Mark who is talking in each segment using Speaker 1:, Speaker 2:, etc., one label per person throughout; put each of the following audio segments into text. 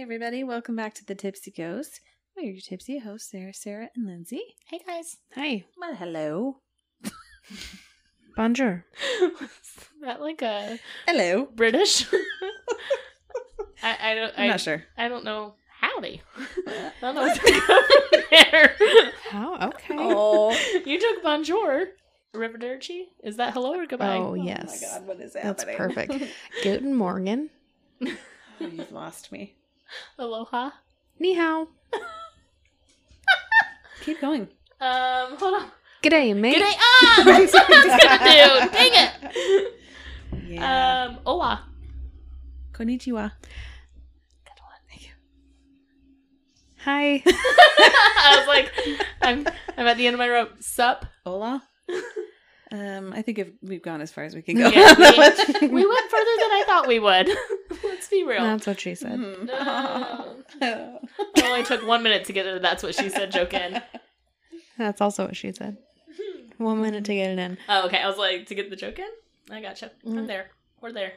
Speaker 1: everybody. Welcome back to the Tipsy Ghost. We're your tipsy hosts, Sarah, Sarah, and Lindsay.
Speaker 2: Hey guys.
Speaker 3: Hi.
Speaker 1: Well, hello.
Speaker 3: Bonjour.
Speaker 2: Is that like a
Speaker 1: Hello.
Speaker 2: British? I, I don't. I,
Speaker 1: I'm not sure.
Speaker 2: I don't know. Howdy. I don't know what's going on there.
Speaker 3: How? Okay.
Speaker 1: oh.
Speaker 2: You took bonjour. Rivederci? Is that hello or goodbye?
Speaker 3: Oh,
Speaker 1: Oh
Speaker 3: yes.
Speaker 1: my God, what is
Speaker 3: That's
Speaker 1: happening?
Speaker 3: perfect. Guten Morgen.
Speaker 1: Oh, You've lost me.
Speaker 2: Aloha.
Speaker 3: Ni hao.
Speaker 1: Keep going.
Speaker 2: Um, hold on.
Speaker 3: G'day, mate.
Speaker 2: G'day. Ah, that's what I was gonna do. Dang it.
Speaker 1: Yeah.
Speaker 2: Um, owa.
Speaker 1: Uh, Konnichiwa.
Speaker 2: Good one.
Speaker 3: Hi.
Speaker 2: I was like, I'm, I'm at the end of my rope. Sup?
Speaker 1: Hola. um, I think if we've gone as far as we can go.
Speaker 2: Yeah, we- We went further than I thought we would. Let's be real. Mm-hmm. Um,
Speaker 3: That's what she said.
Speaker 1: Hmm.
Speaker 2: No. It only took one minute to get it. That's what she said. Joke in.
Speaker 3: That's also what she said. One minute to get it in.
Speaker 2: Oh, okay. I was like, to get the joke in. I gotcha. I'm
Speaker 3: Mm.
Speaker 2: there. We're there.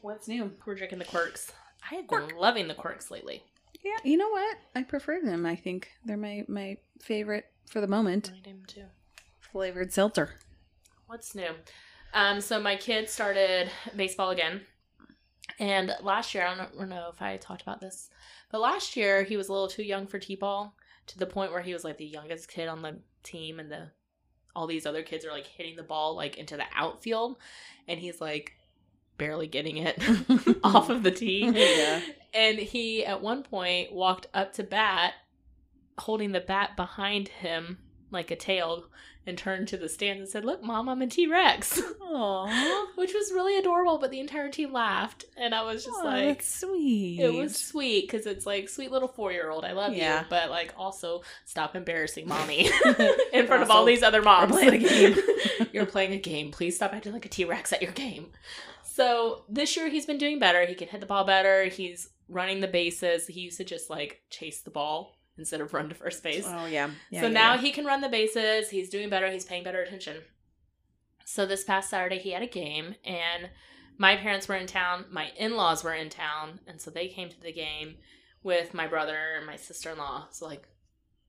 Speaker 1: What's new?
Speaker 2: We're drinking the quirks. I have been loving the quirks lately.
Speaker 1: Yeah. You know what? I prefer them. I think they're my my favorite for the moment.
Speaker 2: am too.
Speaker 1: Flavored seltzer.
Speaker 2: What's new? Um, so my kid started baseball again. And last year, I don't know- know if I talked about this, but last year he was a little too young for T-ball to the point where he was like the youngest kid on the team and the all these other kids are like hitting the ball like into the outfield and he's like barely getting it off of the tee.
Speaker 1: Yeah.
Speaker 2: And he at one point walked up to bat holding the bat behind him like a tail and turned to the stands and said, "Look, mom, I'm a T-Rex."
Speaker 1: Aww.
Speaker 2: which was really adorable. But the entire team laughed, and I was just like,
Speaker 1: that's sweet.
Speaker 2: it was sweet because it's like sweet little four year old, I love
Speaker 1: Yeah.
Speaker 2: you, but like also stop embarrassing mommy in front of all
Speaker 1: Also,
Speaker 2: these other moms.
Speaker 1: we're playing a game.
Speaker 2: You're playing a game. Please stop acting like a T Rex at your game. So this year he's been doing better. He can hit the ball better. He's running the bases. He used to just like chase the ball instead of run to first base
Speaker 1: Oh yeah. yeah
Speaker 2: so
Speaker 1: yeah,
Speaker 2: now
Speaker 1: yeah.
Speaker 2: he can run the bases. He's doing better. He's paying better attention. So this past Saturday, he had a game, and my parents were in town. My in laws were in town, and so they came to the game with my brother and my sister in law. So like,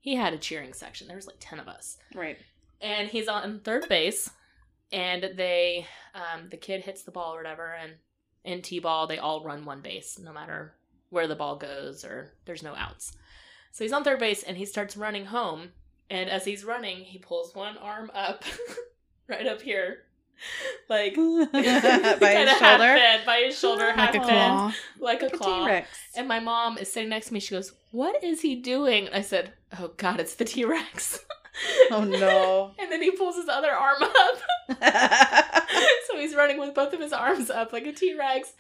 Speaker 2: he had a cheering section. There was like ten of us,
Speaker 1: right.
Speaker 2: and he's on third base, and they, um, the kid hits the ball or whatever, and in t ball they all run one base, no matter where the ball goes or there's no outs. So he's on third base and he starts running home. And as he's running, he pulls one arm up, right up here,
Speaker 1: By
Speaker 2: like kinda
Speaker 1: his
Speaker 2: half
Speaker 1: shoulder.
Speaker 2: bent, by his shoulder, half
Speaker 3: Like a
Speaker 1: Hi.
Speaker 2: bent,
Speaker 3: claw.
Speaker 2: like a
Speaker 1: Like a
Speaker 2: claw.
Speaker 1: T-Rex.
Speaker 2: and my mom is sitting next to me. She goes, "What is he doing?" I said, "Oh God, it's the T Rex."
Speaker 1: Oh no.
Speaker 2: and then he pulls his other arm up, so he's running with both of his arms up like a T Rex.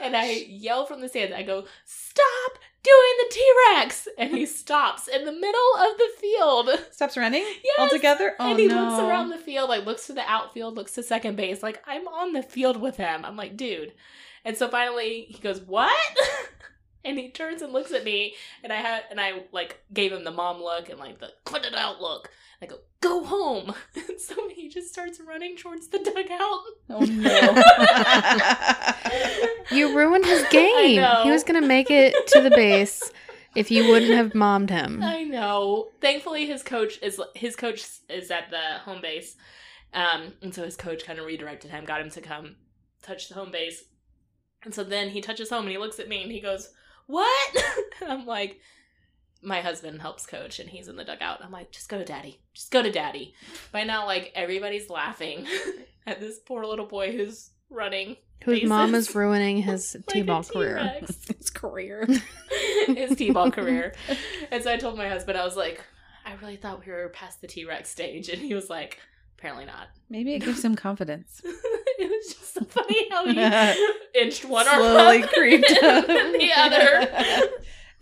Speaker 2: And I yell from the stands, I go, Stop doing the T Rex! And he stops in the middle of the field.
Speaker 1: stops running
Speaker 2: Yes!
Speaker 1: altogether. Oh
Speaker 2: and he
Speaker 1: no.
Speaker 2: looks around the field, like looks to the outfield, looks to second base, like, I'm on the field with him. I'm like, dude. And so finally he goes, What? and he turns and looks at me and I had and I like gave him the mom look and like the put it out look. I go, Go home. And so he just starts running towards the dugout.
Speaker 1: oh no.
Speaker 3: You ruined his game.
Speaker 2: know.
Speaker 3: He was going to make it to the base if you wouldn't have mommed him.
Speaker 2: I know. Thankfully, his coach is his coach is at the home base, um, and so his coach kind of redirected him, got him to come touch the home base, and so then he touches home and he looks at me and he goes, "What?" and I'm like, my husband helps coach and he's in the dugout. I'm like, just go to daddy, just go to daddy. By now, like everybody's laughing at this poor little boy who's running
Speaker 3: Whose mom
Speaker 2: bases.
Speaker 3: is ruining his
Speaker 2: like a
Speaker 3: T-ball career.
Speaker 2: T-Rex.
Speaker 1: His career.
Speaker 2: his t-ball career. And so I told my husband, I was like, I really thought we were past the T-Rex stage, and he was like, apparently not.
Speaker 1: Maybe it gives him confidence.
Speaker 2: it was just so funny how he inched one arm
Speaker 1: Slowly
Speaker 2: up
Speaker 1: creeped
Speaker 2: and
Speaker 1: up.
Speaker 2: then the other.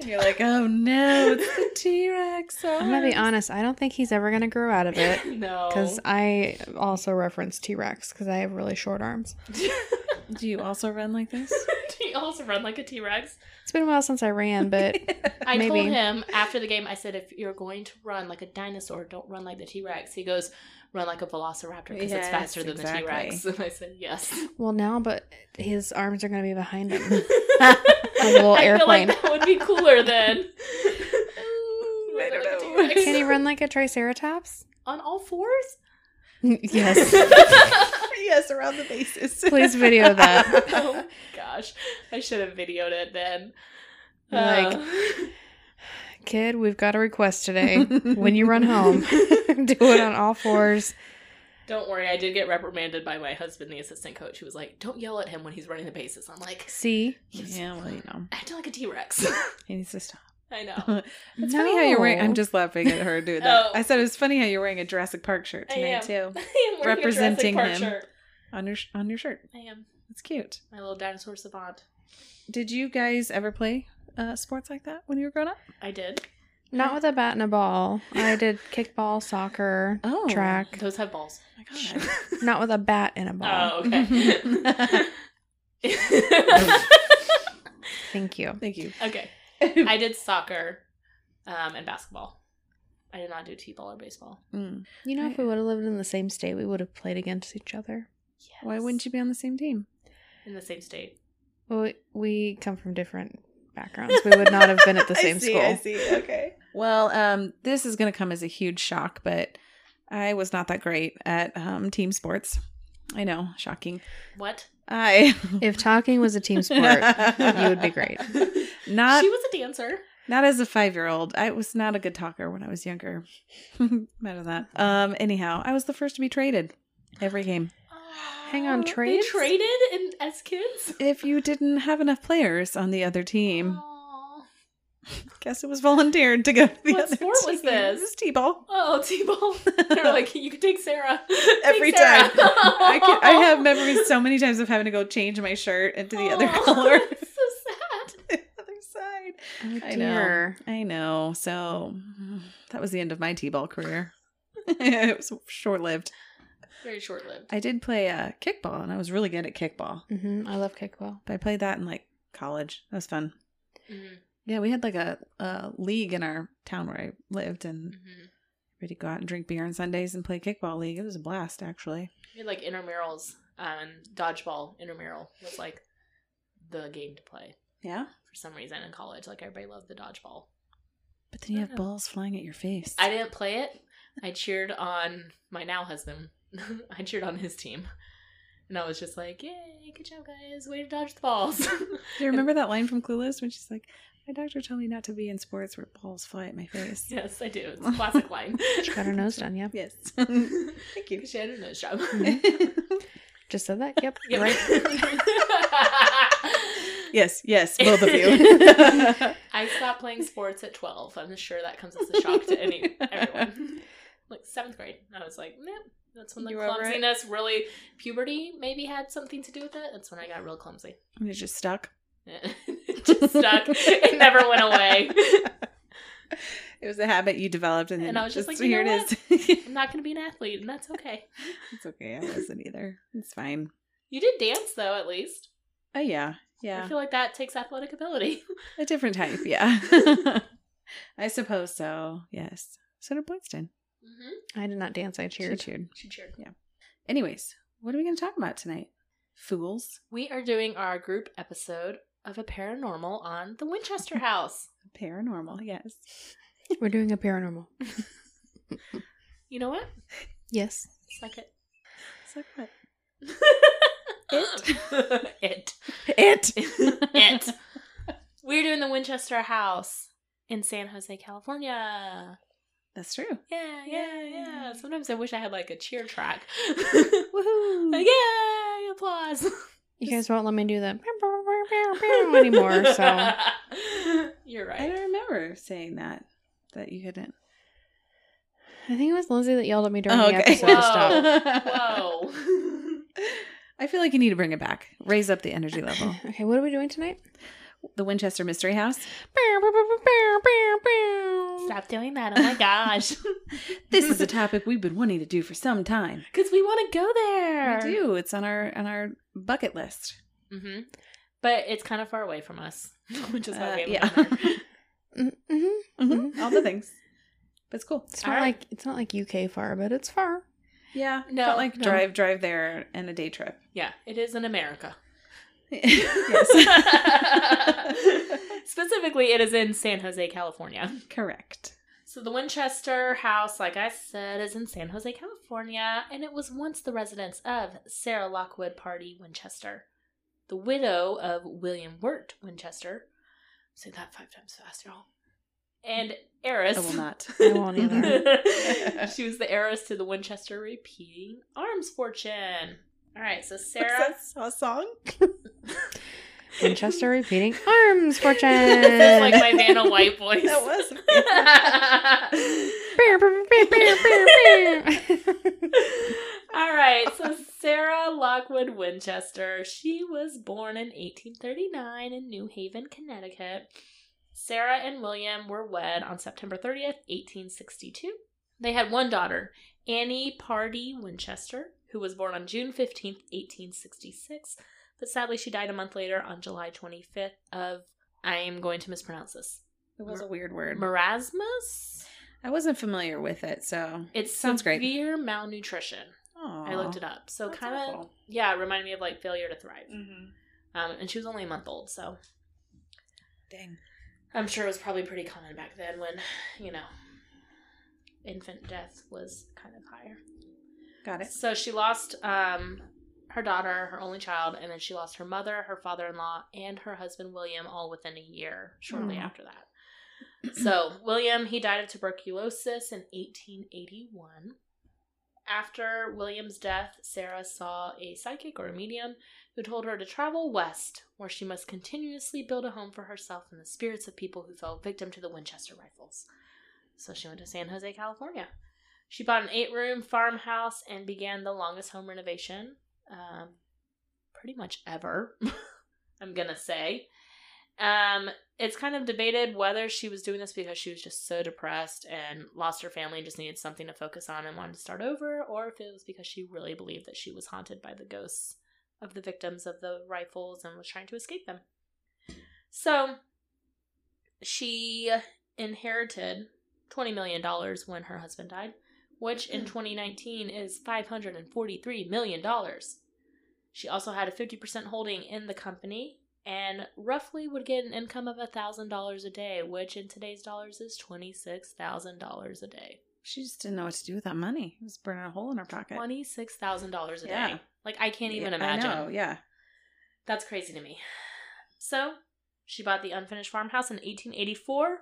Speaker 1: And you're like, oh no, it's the T Rex.
Speaker 3: I'm going to be honest. I don't think he's ever going to grow out of it.
Speaker 2: No,
Speaker 3: Because I also reference T Rex because I have really short arms.
Speaker 1: Do you also run like this?
Speaker 2: Do you also run like a T Rex?
Speaker 3: It's been a while since I ran, but
Speaker 2: I told
Speaker 3: Maybe.
Speaker 2: him after the game, I said, if you're going to run like a dinosaur, don't run like the T Rex. He goes, run like a velociraptor because it's
Speaker 1: Yes,
Speaker 2: faster than
Speaker 1: exactly.
Speaker 2: the T Rex. And I said, yes.
Speaker 3: well now, but his arms are going to be behind
Speaker 2: like
Speaker 3: him. little airplane.
Speaker 2: that would be cooler then.
Speaker 1: I don't know.
Speaker 3: Can he run like a triceratops?
Speaker 2: On all fours?
Speaker 3: yes.
Speaker 1: yes, around the bases.
Speaker 3: Please video that.
Speaker 2: oh my gosh. I should have videoed it then.
Speaker 3: Like, Kid, we've got a request today. when you run home, do it on all fours.
Speaker 2: Uh, Don't worry, I did get reprimanded by my husband, the assistant coach, who was like, "Don't yell at him when he's running the bases." I'm like,
Speaker 3: See?
Speaker 1: Yeah, well, you know,
Speaker 2: "Act like a T Rex."
Speaker 1: he needs to stop.
Speaker 2: I know.
Speaker 1: It's funny how you're wearing.
Speaker 3: No.
Speaker 1: I'm just laughing at her doing
Speaker 2: Oh.
Speaker 1: that. I said it's funny how you're wearing a Jurassic Park shirt
Speaker 2: I
Speaker 1: tonight too
Speaker 2: I am wearing
Speaker 1: Representing
Speaker 2: a Jurassic
Speaker 1: him.
Speaker 2: Park shirt.
Speaker 1: on your sh- on your shirt.
Speaker 2: I am
Speaker 1: It's cute.
Speaker 2: my little dinosaur savant.
Speaker 1: Did you guys ever play uh, sports like that when you were growing up?
Speaker 2: I did.
Speaker 3: Not with a bat and a ball. I did kickball, soccer,
Speaker 1: Oh,
Speaker 3: track.
Speaker 2: Those have balls.
Speaker 1: Oh my god.
Speaker 3: Not with a bat and a ball.
Speaker 2: Oh, okay.
Speaker 1: Oh.
Speaker 3: Thank you.
Speaker 1: Thank you.
Speaker 2: okay. I did soccer um, and basketball. I did not do t-ball or baseball.
Speaker 1: Mm.
Speaker 3: You know, if we would have lived in the same state, we would have played against each other.
Speaker 2: Yes.
Speaker 1: Why wouldn't you be on the same team?
Speaker 2: in the same state?
Speaker 3: Well, we- we come from different backgrounds. We would not have been at the same school.
Speaker 1: see. Okay. Well, um, this is going to come as a huge shock, but I was not that great at um, team sports. I know, shocking.
Speaker 2: What?
Speaker 1: I
Speaker 3: If talking was a team sport, Oh, you would be great.
Speaker 1: not
Speaker 2: she was a dancer.
Speaker 1: not as a five year old. I was not a good talker when I was younger. Matter that. Um. Anyhow, I was the first to be traded every game.
Speaker 3: Hang on,
Speaker 2: Oh, they
Speaker 3: trades?
Speaker 2: traded in, as kids?
Speaker 1: If you didn't have enough players on the other team,
Speaker 2: Aw.
Speaker 1: guess it was volunteered to go to the
Speaker 2: What
Speaker 1: other
Speaker 2: sport was
Speaker 1: team.
Speaker 2: this?
Speaker 1: It was t-ball.
Speaker 2: Oh, T-ball. They're like, you can take Sarah. Take
Speaker 1: every
Speaker 2: Sarah."
Speaker 1: time. I, can, I have memories so many times of having to go change my shirt into the other
Speaker 2: Aw,
Speaker 1: color,
Speaker 2: that's so sad.
Speaker 1: the other side.
Speaker 3: Oh,
Speaker 1: I know.
Speaker 3: dear.
Speaker 1: I know. So mm, that was the end of my t-ball career. it was short-lived.
Speaker 2: Very short-lived.
Speaker 1: I did play uh, kickball, and I was really good at kickball.
Speaker 3: hmm I love kickball.
Speaker 1: But I played that in like college. That was fun.
Speaker 2: Mhm,
Speaker 1: Yeah, we had like a, a league in our town where I lived, and
Speaker 2: mhm.
Speaker 1: we'd go out and drink beer on Sundays and play kickball league. It was a blast, actually.
Speaker 2: We had like intramurals. Um, dodgeball intramural was like the game to play
Speaker 1: Yeah,
Speaker 2: for some reason in college. Like everybody loved the dodgeball.
Speaker 1: but then you have
Speaker 2: Yeah.
Speaker 1: balls flying at your face.
Speaker 2: I didn't play it. I cheered on my now husband. I cheered on his team. And I was just like, yay, good job, guys. Way to dodge the balls.
Speaker 1: Do you remember that line from Clueless when she's like, "My doctor told me not to be in sports where balls fly at my face."
Speaker 2: yes, I do. It's a classic line.
Speaker 3: She got her nose done. Yep.
Speaker 1: Yes. Thank you.
Speaker 2: She had a nose job.
Speaker 3: Just said that. Yep.
Speaker 2: Yeah.
Speaker 3: Right.
Speaker 1: yes, yes, both of you.
Speaker 2: I stopped playing sports at 12. I'm sure that comes as a shock to any everyone. Like seventh grade, I was like, nope. That's when the
Speaker 1: You were over it?
Speaker 2: clumsiness really puberty maybe had something to do with it. That's when I got real clumsy.
Speaker 1: And it just stuck.
Speaker 2: it just stuck. It never went away.
Speaker 1: It was a habit you developed, and then
Speaker 2: And I was just like,
Speaker 1: "Here
Speaker 2: "You know
Speaker 1: it is."
Speaker 2: I'm not going to be an athlete, and that's okay.
Speaker 1: it's okay. I wasn't either. It's fine.
Speaker 2: You did dance though, at least.
Speaker 1: Oh yeah,
Speaker 2: I
Speaker 1: yeah,
Speaker 2: feel like that takes athletic ability.
Speaker 1: a different type. Yeah, I suppose so. Yes. So did Boydston.
Speaker 2: mm-hmm.
Speaker 3: I did not dance. I
Speaker 1: She
Speaker 3: cheered.
Speaker 1: cheered.
Speaker 2: She cheered.
Speaker 1: Anyways, what are we going to talk about tonight? Fools,
Speaker 2: We are doing our group episode of a paranormal on the Winchester House.
Speaker 1: paranormal. Yes.
Speaker 3: We're doing a paranormal.
Speaker 2: You know what?
Speaker 3: Yes.
Speaker 2: Suck it.
Speaker 1: So what?
Speaker 2: It. it.
Speaker 1: It.
Speaker 2: It. We're doing the Winchester House in San Jose, California.
Speaker 1: That's true.
Speaker 2: Yeah, yeah, yeah. Sometimes I wish I had like a cheer track.
Speaker 1: Woohoo!
Speaker 2: Like, Yay! Applause.
Speaker 3: You guys won't let me do that anymore. So
Speaker 2: you're
Speaker 1: I
Speaker 2: right.
Speaker 1: don't remember saying that that you couldn't. Oh,
Speaker 3: I think it was Lindsay that yelled at me during the episode
Speaker 2: Whoa.
Speaker 3: to stop.
Speaker 2: Whoa.
Speaker 1: I feel like you need to bring it back. Raise up the energy level.
Speaker 3: Okay, what are we doing tonight?
Speaker 1: the Winchester Mystery House.
Speaker 2: Stop doing that. Oh my gosh.
Speaker 1: This is a topic we've been wanting to do for some time.
Speaker 2: Because we want to go there.
Speaker 1: We do. It's on our on our bucket list.
Speaker 2: hmm But it's kind of far away from us, which is why
Speaker 1: Uh,
Speaker 2: we haven't
Speaker 1: yeah.
Speaker 2: been there.
Speaker 3: Mm-hmm. Mhm.
Speaker 1: All the things. But it's cool.
Speaker 3: It's not
Speaker 2: All right.
Speaker 3: like it's not like UK far, but it's far.
Speaker 1: Yeah.
Speaker 2: No,
Speaker 1: Felt like
Speaker 2: no.
Speaker 1: drive, drive there and a day trip.
Speaker 2: Yeah, it is in America.
Speaker 1: yes.
Speaker 2: Specifically, it is in San Jose, California.
Speaker 1: Correct.
Speaker 2: So the Winchester House, like I said, is in San Jose, California, and it was once the residence of Sarah Lockwood Party Winchester, the widow of William Wirt Winchester. Say that five times fast, y'all. And heiress.
Speaker 1: I will not.
Speaker 3: I won't either.
Speaker 2: she was the heiress to the Winchester repeating arms fortune. All right, so Sarah.
Speaker 1: What's that, a song?
Speaker 3: Winchester repeating arms fortune.
Speaker 2: This is like my Vanna White voice.
Speaker 1: That was.
Speaker 3: Bear, bear, bear, bear, bear, bear.
Speaker 2: All right, so Sarah Lockwood Winchester, she was born in 1839 in New Haven, Connecticut. Sarah and William were wed on September 30th, 1862. They had one daughter, Annie Pardy Winchester, who was born on June 15th, 1866, but sadly she died a month later on July 25th of I am going to mispronounce this.
Speaker 1: It was a weird word.
Speaker 2: Marasmus?
Speaker 1: I wasn't familiar with it, so
Speaker 2: It's
Speaker 1: Sounds great.
Speaker 2: severe malnutrition. I looked it up. So
Speaker 1: That's
Speaker 2: kind of
Speaker 1: awful.
Speaker 2: yeah, it reminded me of like failure to thrive.
Speaker 1: Mm-hmm.
Speaker 2: Um, and she was only a month old, so
Speaker 1: Dang.
Speaker 2: I'm sure it was probably pretty common back then when you know infant death was kind of higher.
Speaker 1: Got it.
Speaker 2: So she lost um her daughter, her only child, and then she lost her mother, her father-in-law, and her husband William all within a year shortly
Speaker 1: Aw.
Speaker 2: after that. So William he died of tuberculosis in 1881. After William's death, Sarah saw a psychic or a medium who told her to travel west, where she must continuously build a home for herself and the spirits of people who fell victim to the Winchester rifles. So she went to San Jose, California. She bought an eight room farmhouse and began the longest home renovation, um, pretty much ever, I'm going to say. Um, it's kind of debated whether she was doing this because she was just so depressed and lost her family and just needed something to focus on and wanted to start over, or if it was because she really believed that she was haunted by the ghosts of the victims of the rifles and was trying to escape them. So she inherited $20 million when her husband died, which in
Speaker 1: Hmm.
Speaker 2: 2019 is $543 million. She also had a 50% holding in the company and roughly would get an income of $1,000 a day, which in today's dollars is $26,000 a day.
Speaker 1: She just didn't know what to do with that money. It was burning a hole in her pocket.
Speaker 2: $26,000 a day.
Speaker 1: Yeah.
Speaker 2: Like, I can't even
Speaker 1: Yeah,
Speaker 2: imagine.
Speaker 1: I know, yeah.
Speaker 2: That's crazy to me. So, she bought the unfinished farmhouse in 1884.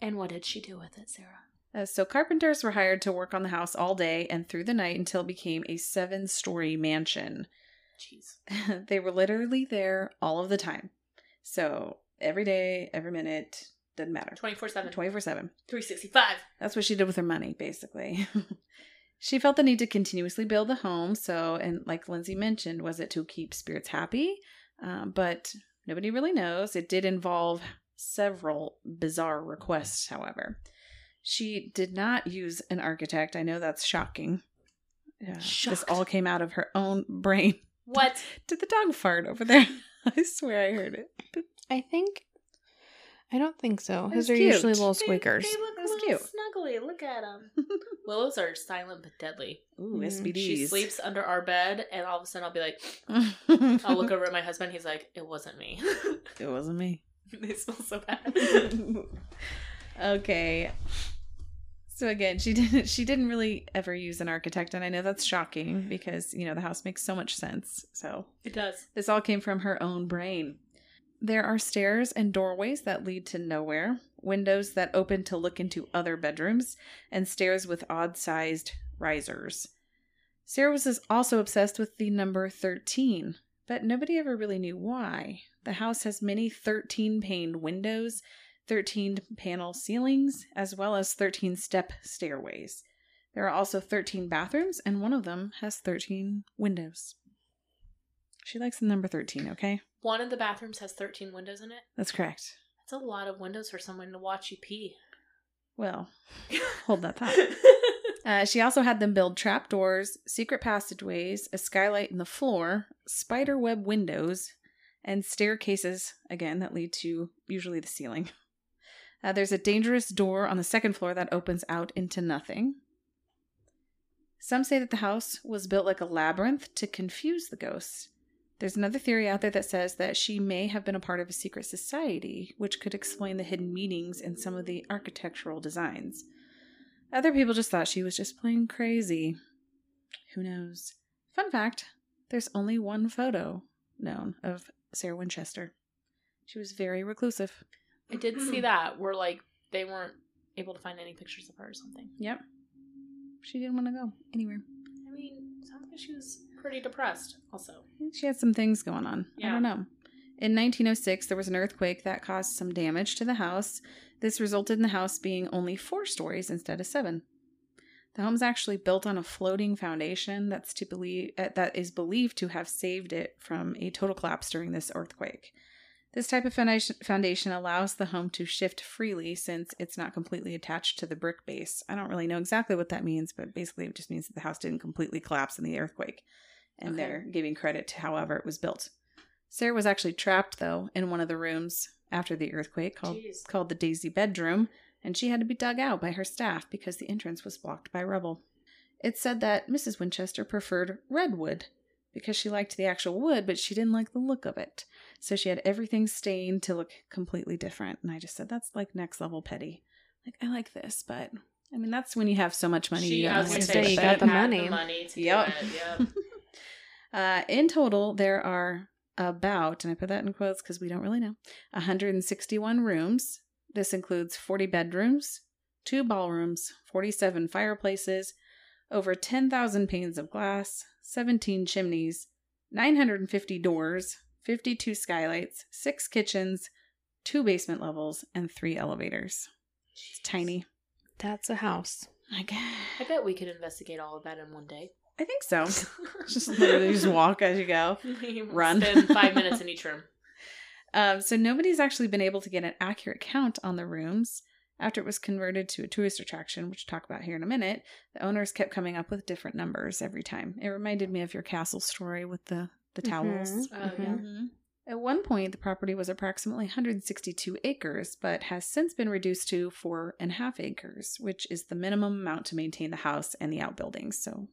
Speaker 2: And what did she do with it, Sarah?
Speaker 1: Uh, so carpenters were hired to work on the house all day and through the night until it became a seven-story mansion.
Speaker 2: Jeez.
Speaker 1: they were literally there all of the time. So every day, every minute, doesn't matter.
Speaker 2: 24 7.
Speaker 1: 24 7.
Speaker 2: 365.
Speaker 1: That's what she did with her money, basically. she felt the need to continuously build the home. So, and like Lindsay mentioned, was it to keep spirits happy? Um, but nobody really knows. It did involve several bizarre requests, however. She did not use an architect. I know that's shocking. Yeah, this
Speaker 2: Shocked.
Speaker 1: all came out of her own brain.
Speaker 2: What?
Speaker 1: Did the dog fart over there? I swear I heard it.
Speaker 3: I think. I don't think so.
Speaker 1: That's
Speaker 3: His are usually
Speaker 1: cute.
Speaker 3: little
Speaker 2: They-
Speaker 3: squeakers.
Speaker 2: They look
Speaker 1: That's
Speaker 2: little
Speaker 1: cute.
Speaker 2: snuggly. Look at them. Willows are silent but deadly.
Speaker 1: Ooh,
Speaker 3: Mm,
Speaker 1: SBDs.
Speaker 2: She sleeps under our bed, and all of a sudden I'll be like, I'll look over at my husband. He's like, it wasn't me.
Speaker 1: It wasn't me.
Speaker 2: they smell so bad.
Speaker 1: okay. So again, she didn't she didn't really ever use an architect and I know that's shocking because, you know, the house makes so much sense. So
Speaker 2: it does.
Speaker 1: this all came from her own brain. There are stairs and doorways that lead to nowhere, windows that open to look into other bedrooms, and stairs with odd sized risers. Sarah was is- also obsessed with the number 13, but nobody ever really knew why. The house has many 13 paned windows, 13 panel ceilings, as well as 13 step stairways. There are also 13 bathrooms, and one of them has 13 windows. She likes the number 13, okay?
Speaker 2: One of the bathrooms has 13 windows in it.
Speaker 1: That's correct.
Speaker 2: That's a lot of windows for someone to watch you pee.
Speaker 1: Well, hold that thought. Uh, she also had them build trapdoors, secret passageways, a skylight in the floor, spider web windows, and staircases, again, that lead to usually the ceiling. Uh, there's a dangerous door on the second floor that opens out into nothing. Some say that the house was built like a labyrinth to confuse the ghosts. There's another theory out there that says that she may have been a part of a secret society, which could explain the hidden meanings in some of the architectural designs. Other people just thought she was just plain crazy. Who knows? Fun fact there's only one photo known of Sarah Winchester. She was very reclusive.
Speaker 2: I did see that where like they weren't able to find any pictures of her or something.
Speaker 1: Yep. She didn't want to go anywhere.
Speaker 2: I mean, sounds like she was pretty depressed. Also,
Speaker 1: She had some things going on. I
Speaker 2: Yeah.
Speaker 1: don't know. In 1906, there was an earthquake that caused some damage to the house. This resulted in the house being only four stories instead of seven. The home's actually built on a floating foundation that's to believe uh, that is believed to have saved it from a total collapse during this earthquake. This type of foundation foundation allows the home to shift freely since it's not completely attached to the brick base. I don't really know exactly what that means, but basically it just means that the house didn't completely collapse in the earthquake. And
Speaker 2: Okay.
Speaker 1: they're giving credit to however it was built. Sarah was actually trapped though in one of the rooms after the earthquake called
Speaker 2: Jeez.
Speaker 1: called the Daisy bedroom, and she had to be dug out by her staff because the entrance was blocked by rubble. It's said that Mrs. Winchester preferred redwood because she liked the actual wood, but she didn't like the look of it. So she had everything stained to look completely different. And I just said, that's like next level petty. Like, I like this, but I mean, that's when you have so much money.
Speaker 2: she
Speaker 1: you
Speaker 2: I
Speaker 1: don't
Speaker 2: was
Speaker 1: have
Speaker 2: gonna
Speaker 1: to
Speaker 3: Just
Speaker 2: say
Speaker 3: say
Speaker 2: she
Speaker 1: spend
Speaker 3: you
Speaker 1: it.
Speaker 3: got the
Speaker 2: had
Speaker 3: money.
Speaker 2: money to do
Speaker 1: Yep.
Speaker 2: it, yep.
Speaker 1: Uh, in total, there are about, and I put that in quotes because we don't really know, 161 rooms. This includes 40 bedrooms, two ballrooms, 47 fireplaces, over 10,000 panes of glass, 17 chimneys, 950 doors, 52 skylights, six kitchens, two basement levels, and three elevators. It's tiny.
Speaker 3: That's a house.
Speaker 1: I guess.
Speaker 2: I bet we could investigate all of that in one day.
Speaker 1: I think so. just literally just walk as you go. Run.
Speaker 2: Spend five minutes in each room.
Speaker 1: Um, so nobody's actually been able to get an accurate count on the rooms. After it was converted to a tourist attraction, which we'll talk about here in a minute, the owners kept coming up with different numbers every time. It reminded me of your castle story with the, the towels.
Speaker 2: Oh, yeah.
Speaker 1: Mm-hmm, At one point, the property was approximately 162 acres, but has since been reduced to four and a half acres, which is the minimum amount to maintain the house and the outbuildings. So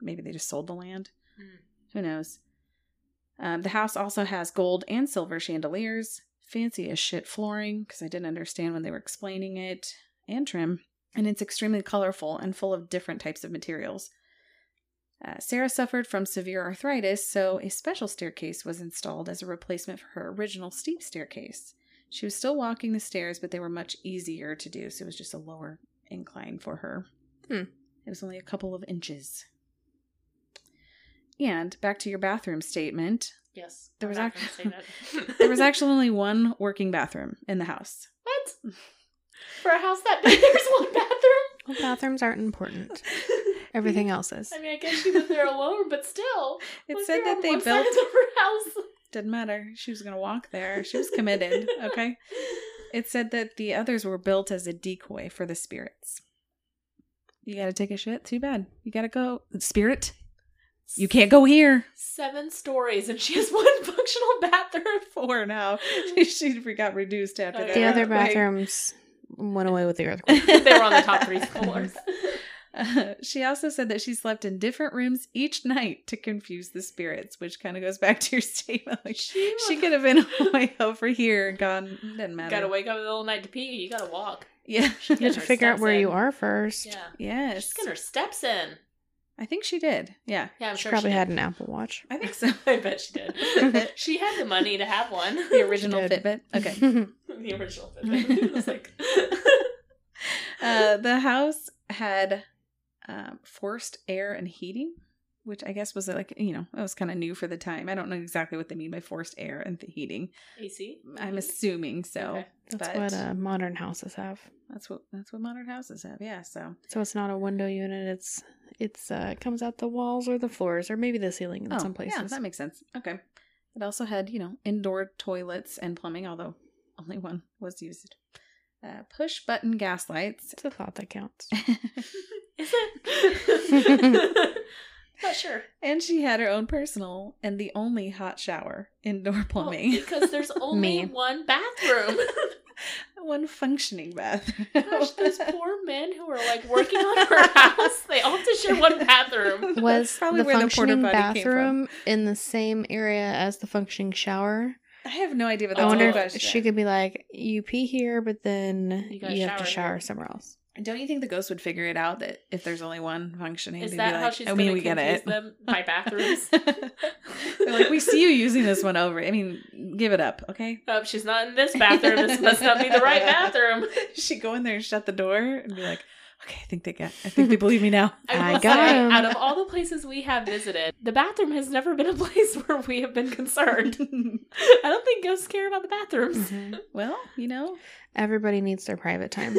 Speaker 1: maybe they just sold the land.
Speaker 2: Hmm.
Speaker 1: Who knows? Um, the house also has gold and silver chandeliers, fancy as shit flooring, because I didn't understand when they were explaining it, and trim. And it's extremely colorful and full of different types of materials. Uh, Sarah suffered from severe arthritis, so a special staircase was installed as a replacement for her original steep staircase. She was still walking the stairs, but they were much easier to do, so it was just a lower incline for her.
Speaker 3: Hmm.
Speaker 1: It was only a couple of inches. And back to your bathroom statement,
Speaker 2: Yes.
Speaker 1: There
Speaker 2: I'm
Speaker 1: was
Speaker 2: not
Speaker 1: act-
Speaker 2: gonna say that.
Speaker 1: there was actually only one working bathroom in the house.
Speaker 2: what for a house that big. There's one bathroom.
Speaker 3: Well, bathrooms aren't important. Everything else is.
Speaker 2: I mean, I guess she lived there alone, but still.
Speaker 1: It
Speaker 2: was
Speaker 1: said
Speaker 2: there
Speaker 1: that
Speaker 2: on
Speaker 1: they
Speaker 2: one side
Speaker 1: built.
Speaker 2: of her house.
Speaker 1: Didn't matter. She was gonna walk there. She was committed. Okay. It said that the others were built as a decoy for the spirits. You gotta take a shit. Too bad. You gotta go. Spirit, you can't go here.
Speaker 2: Seven stories, and she has one functional bathroom.
Speaker 1: Four now. she got reduced after that.
Speaker 2: Okay.
Speaker 3: The other
Speaker 2: Like-
Speaker 3: bathrooms went away with the earthquake.
Speaker 2: they were on the top three floors.
Speaker 1: Uh, she also said that she slept in different rooms each night to confuse the spirits, which kind of goes back to your statement. Like
Speaker 2: She,
Speaker 1: she could have been all the way over here, and gone. Doesn't matter.
Speaker 2: gotta wake up in the middle of the night to pee. You gotta walk.
Speaker 1: Yeah.
Speaker 2: She
Speaker 3: You have to
Speaker 2: Her
Speaker 3: figure out
Speaker 2: steps
Speaker 3: where you
Speaker 2: in.
Speaker 3: are first.
Speaker 2: Yeah,
Speaker 1: yes.
Speaker 2: she's getting her steps in.
Speaker 1: I think she did. Yeah.
Speaker 2: Yeah, I'm
Speaker 3: She
Speaker 2: sure
Speaker 3: probably
Speaker 2: she
Speaker 3: had an Apple Watch.
Speaker 1: I think so.
Speaker 2: Did. I bet she did. she had the money to have one.
Speaker 1: The original
Speaker 3: did.
Speaker 1: Fitbit. Okay.
Speaker 2: the original Fitbit. It was like
Speaker 1: Uh, the house had um, forced air and heating, which I guess was like, you know, that was kind of new for the time. I don't know exactly what they mean by forced air and the heating.
Speaker 2: AC.
Speaker 3: Mm-hmm.
Speaker 1: I'm assuming so.
Speaker 2: Okay.
Speaker 3: That's
Speaker 1: But-
Speaker 3: what uh, modern houses have.
Speaker 1: That's what that's what modern houses have. Yeah. So
Speaker 3: So it's not a window unit. It's it's uh it comes out the walls or the floors or maybe the ceiling
Speaker 2: Oh,
Speaker 3: in some places.
Speaker 1: Oh, Yeah, that makes sense. Okay. It also had, you know, indoor toilets and plumbing, although only one was used. Uh, push button gas lights.
Speaker 3: it's a thought that counts.
Speaker 2: Is it? Not sure.
Speaker 1: And she had her own personal and the only hot shower, indoor
Speaker 2: Well,
Speaker 1: plumbing,
Speaker 2: because there's only
Speaker 3: Me.
Speaker 2: one bathroom.
Speaker 1: one functioning bath.
Speaker 2: Gosh, those poor men who are like working on her house, they all have to share one bathroom.
Speaker 3: Was the
Speaker 1: potty
Speaker 3: functioning
Speaker 1: came from.
Speaker 3: bathroom in the same area as the functioning shower?
Speaker 1: I have no idea, but
Speaker 3: I
Speaker 1: that's a
Speaker 3: wonder
Speaker 1: good
Speaker 3: if
Speaker 1: question.
Speaker 3: she could be like, you pee here, but then
Speaker 2: You
Speaker 3: you,
Speaker 2: gotta
Speaker 3: have to
Speaker 2: shower
Speaker 3: shower
Speaker 2: here."
Speaker 3: somewhere else.
Speaker 1: Don't you think the ghost would figure it out that if there's only one functioning?
Speaker 2: Is
Speaker 1: they'd be
Speaker 2: that how
Speaker 1: like,
Speaker 2: she's
Speaker 1: I
Speaker 2: going
Speaker 1: mean,
Speaker 2: to
Speaker 1: we get
Speaker 2: confuse
Speaker 1: it.
Speaker 2: them by bathrooms?
Speaker 1: They're like, we see you using this one over. I mean, give it up, okay?
Speaker 2: Oh, she's not in this bathroom. This must not be the right bathroom.
Speaker 1: She go in there and shut the door and be like, okay, I think they get. I think they believe me now.
Speaker 3: I
Speaker 2: will
Speaker 3: got
Speaker 2: say,
Speaker 3: him.
Speaker 2: Out of all the places we have visited, the bathroom has never been a place where we have been concerned. I don't think ghosts care about the bathrooms.
Speaker 1: well, you know,
Speaker 3: Everybody needs their private time.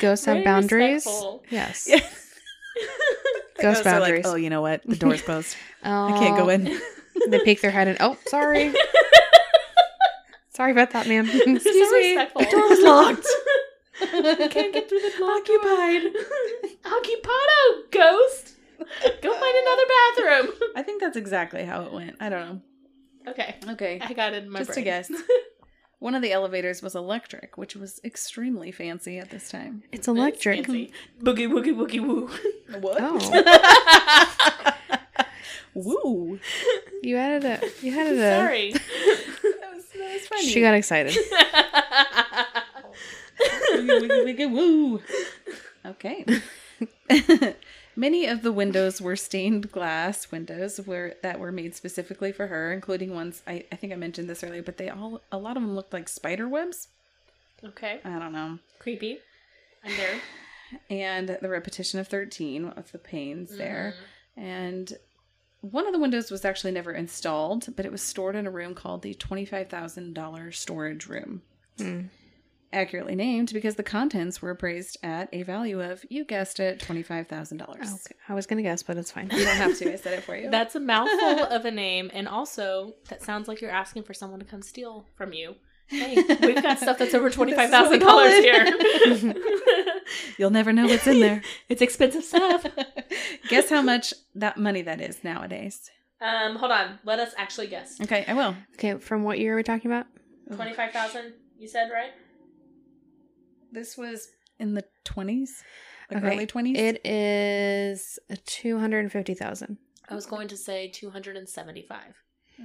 Speaker 3: Ghosts
Speaker 2: Very
Speaker 3: have boundaries.
Speaker 2: respectful.
Speaker 3: Yes.
Speaker 1: Yeah.
Speaker 3: Ghost
Speaker 1: Ghosts are
Speaker 3: boundaries.
Speaker 1: Like, oh, you know what? The door's closed.
Speaker 3: oh,
Speaker 1: I can't go in.
Speaker 3: They peek their head and oh, sorry, sorry about that, ma'am.
Speaker 2: Excuse
Speaker 3: Excuse
Speaker 2: so
Speaker 3: me.
Speaker 2: respectful.
Speaker 1: The door was locked.
Speaker 2: I can't get through the locked door.
Speaker 1: Occupied.
Speaker 2: Occupado, ghost. Go find another bathroom.
Speaker 1: I think that's exactly how it went. I don't
Speaker 2: Okay,
Speaker 1: know. Okay.
Speaker 2: I got it in my
Speaker 1: Just a
Speaker 2: brain.
Speaker 1: guess. One of the elevators was electric, which was extremely fancy at this time.
Speaker 3: It's electric.
Speaker 2: Fancy. Boogie woogie woogie woo.
Speaker 1: What?
Speaker 3: Oh,
Speaker 1: Woo.
Speaker 3: you added a. You added a.
Speaker 2: Sorry.
Speaker 1: That was, that was funny.
Speaker 3: She got excited.
Speaker 1: Wiggy, wiggy, wiggy, woo. Okay. Many of the windows were stained glass windows were that were made specifically for her, including ones I, I think I mentioned this earlier, but they all a lot of them looked like spider webs.
Speaker 2: okay.
Speaker 1: I don't know.
Speaker 2: Creepy. I'm there.
Speaker 1: And the repetition of thirteen of the panes there.
Speaker 2: Mm-hmm.
Speaker 1: And one of the windows was actually never installed, but it was stored in a room called the $25,000 storage room.
Speaker 3: Hmm.
Speaker 1: Accurately named because the contents were appraised at a value of, you guessed it, $25,000.
Speaker 3: Okay. I was gonna guess, but it's fine.
Speaker 1: You don't have to. I said it for you.
Speaker 2: That's a mouthful of a name, and also that sounds like you're asking for someone to come steal from you. Hey, we've got stuff that's over twenty five
Speaker 1: what we
Speaker 2: thousand
Speaker 1: call
Speaker 2: dollars
Speaker 1: it.
Speaker 2: here.
Speaker 1: You'll never know what's in there.
Speaker 2: it's expensive stuff.
Speaker 1: Guess how much that money that is nowadays.
Speaker 2: Um, hold on. Let us actually guess.
Speaker 1: Okay, I will.
Speaker 3: Okay, from what year are we talking about?
Speaker 2: Twenty five thousand. You said right.
Speaker 1: This was in the 20s, like
Speaker 3: Okay.
Speaker 1: early 20s.
Speaker 3: It is two hundred fifty thousand.
Speaker 2: I was going to say two hundred and seventy five.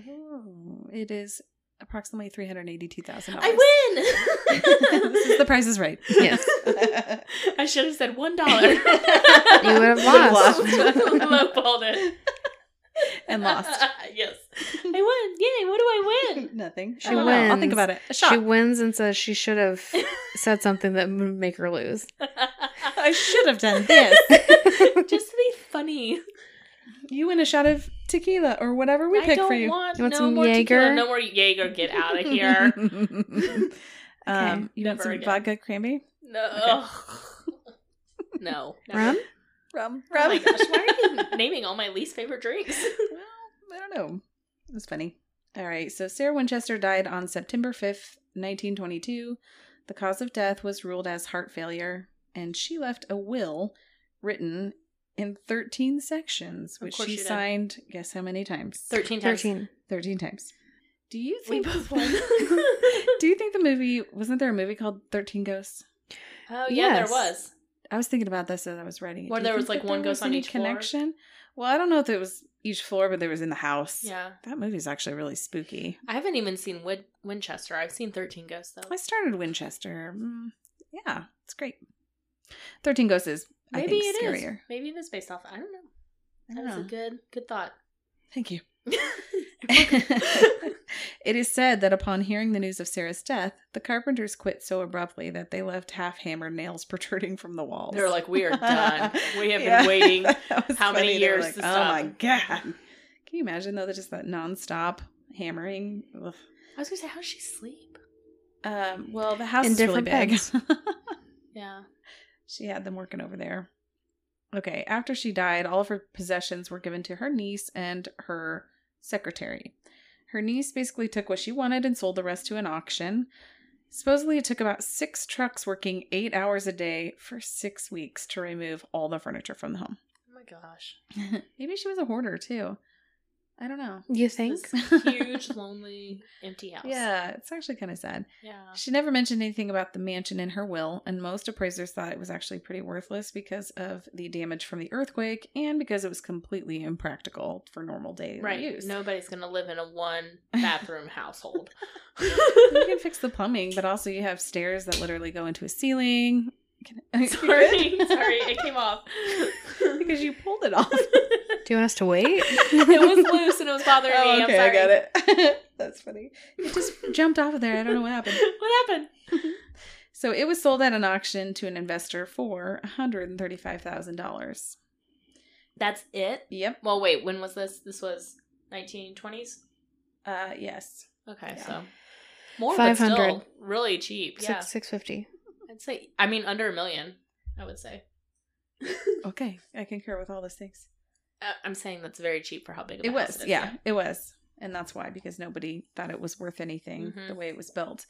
Speaker 1: Oh, it is approximately $382,000.
Speaker 2: I win.
Speaker 1: this is the price is right.
Speaker 3: Yes.
Speaker 2: I should have said one dollar. you
Speaker 3: You would have
Speaker 1: have
Speaker 3: lost.
Speaker 1: lost.
Speaker 2: Lowballed it.
Speaker 1: and lost.
Speaker 2: yes. I won. Yay, what do I win?
Speaker 1: Nothing.
Speaker 3: She
Speaker 1: I don't know. I'll think
Speaker 3: wins.
Speaker 1: about it. A
Speaker 3: She
Speaker 1: shot.
Speaker 3: wins and says she should have said something that would make her lose.
Speaker 1: I should have done this.
Speaker 2: Just to be funny.
Speaker 1: you win a shot of tequila or whatever we
Speaker 2: I
Speaker 1: pick
Speaker 2: don't
Speaker 1: for you.
Speaker 2: want,
Speaker 3: You want
Speaker 2: no
Speaker 3: some
Speaker 2: more tequila.
Speaker 3: Jaeger?
Speaker 2: No more Jaeger. Get out of here.
Speaker 1: um, you want
Speaker 2: never
Speaker 1: some
Speaker 2: again.
Speaker 1: vodka cranberry?
Speaker 2: No. Ugh. No. no.
Speaker 3: Rum?
Speaker 1: Rum.
Speaker 2: Oh my gosh, why are you naming all my least favorite drinks?
Speaker 1: well, I don't know. It was funny. All right. So Sarah Winchester died on September 5th, 1922. The cause of death was ruled as heart failure, and she left a will written in 13 sections,
Speaker 2: Of
Speaker 1: which
Speaker 2: course
Speaker 1: she
Speaker 2: she did.
Speaker 1: signed, guess how many times?
Speaker 2: 13 times.
Speaker 3: Thirteen.
Speaker 1: 13 times. Do you
Speaker 2: We
Speaker 1: think
Speaker 2: both won.
Speaker 1: Do you think the movie wasn't there a movie called 13 Ghosts?
Speaker 2: Oh, yeah,
Speaker 3: Yes.
Speaker 2: there was.
Speaker 1: I was thinking about this as I was writing it.
Speaker 2: Where
Speaker 1: Do you
Speaker 2: there
Speaker 1: think
Speaker 2: was, like,
Speaker 1: that
Speaker 2: one
Speaker 1: there
Speaker 2: ghost
Speaker 1: was
Speaker 2: on
Speaker 1: any
Speaker 2: each floor?
Speaker 1: connection? Well, I don't know if it was each floor, but there was in the house.
Speaker 2: Yeah.
Speaker 1: That movie's actually really spooky.
Speaker 2: I haven't even seen Win- Winchester. I've seen 13 Ghosts, though.
Speaker 1: I started Winchester. Mm, yeah, it's great. 13 Ghosts is, I
Speaker 2: Maybe
Speaker 1: think,
Speaker 2: it is.
Speaker 1: scarier.
Speaker 2: Maybe it is based off. I don't know.
Speaker 1: I
Speaker 2: That
Speaker 1: don't
Speaker 2: was a
Speaker 1: know.
Speaker 2: good, good thought.
Speaker 1: Thank you. it is said that upon hearing the news of Sarah's death, the carpenters quit so abruptly that they left half hammered nails protruding from the walls.
Speaker 2: They're like, we are done. We have
Speaker 1: Yeah.
Speaker 2: been waiting.
Speaker 1: That was
Speaker 2: how many
Speaker 1: They were
Speaker 2: years
Speaker 1: like,
Speaker 2: to
Speaker 1: oh my
Speaker 2: stop?"
Speaker 1: god! Can you imagine though that just that nonstop hammering? Ugh.
Speaker 2: I was gonna say, how does she sleep?
Speaker 1: Um, well, the house
Speaker 3: In
Speaker 1: is really
Speaker 3: different
Speaker 1: big.
Speaker 2: Yeah.
Speaker 1: she had them working over there. Okay, after she died, all of her possessions were given to her niece and her secretary. Her niece basically took what she wanted and sold the rest to an auction. Supposedly, it took about six trucks working eight hours a day for six weeks to remove all the furniture from the home.
Speaker 2: Oh my gosh.
Speaker 1: Maybe she was a hoarder too. I don't know.
Speaker 3: You think?
Speaker 2: This huge, lonely, empty house.
Speaker 1: Yeah, it's actually kind of sad.
Speaker 2: Yeah.
Speaker 1: She never mentioned anything about the mansion in her will, and most appraisers thought it was actually pretty worthless because of the damage from the earthquake and because it was completely impractical for normal day
Speaker 2: Right.
Speaker 1: use.
Speaker 2: Nobody's going to live in a one bathroom household.
Speaker 1: you can fix the plumbing, but also you have stairs that literally go into a ceiling. Can-
Speaker 2: sorry. Sorry. It came off.
Speaker 1: because you pulled it off.
Speaker 3: Do you want us to wait?
Speaker 2: It was loose and it was
Speaker 1: Oh,
Speaker 2: bothering me. I'm sorry.
Speaker 1: got it. That's funny. It just jumped off of there. I don't know what happened.
Speaker 2: what happened?
Speaker 1: So it was sold at an auction to an investor for $135,000.
Speaker 2: That's it?
Speaker 1: Yep.
Speaker 2: Well, wait. When was this? This was 1920s?
Speaker 1: Uh, yes.
Speaker 2: Okay,
Speaker 1: Yeah.
Speaker 2: so more
Speaker 3: Five
Speaker 2: but still
Speaker 3: hundred.
Speaker 2: really cheap. Yeah,
Speaker 3: Six six fifty.
Speaker 2: I'd say. I mean, under a million. I would say.
Speaker 1: Okay. I concur with all those things.
Speaker 2: Uh, I'm saying that's very cheap for how big of a
Speaker 1: It
Speaker 2: house
Speaker 1: was.
Speaker 2: is,
Speaker 1: Yeah, it was. And that's why, because nobody thought it was worth anything
Speaker 2: Mhm.
Speaker 1: the way it was built.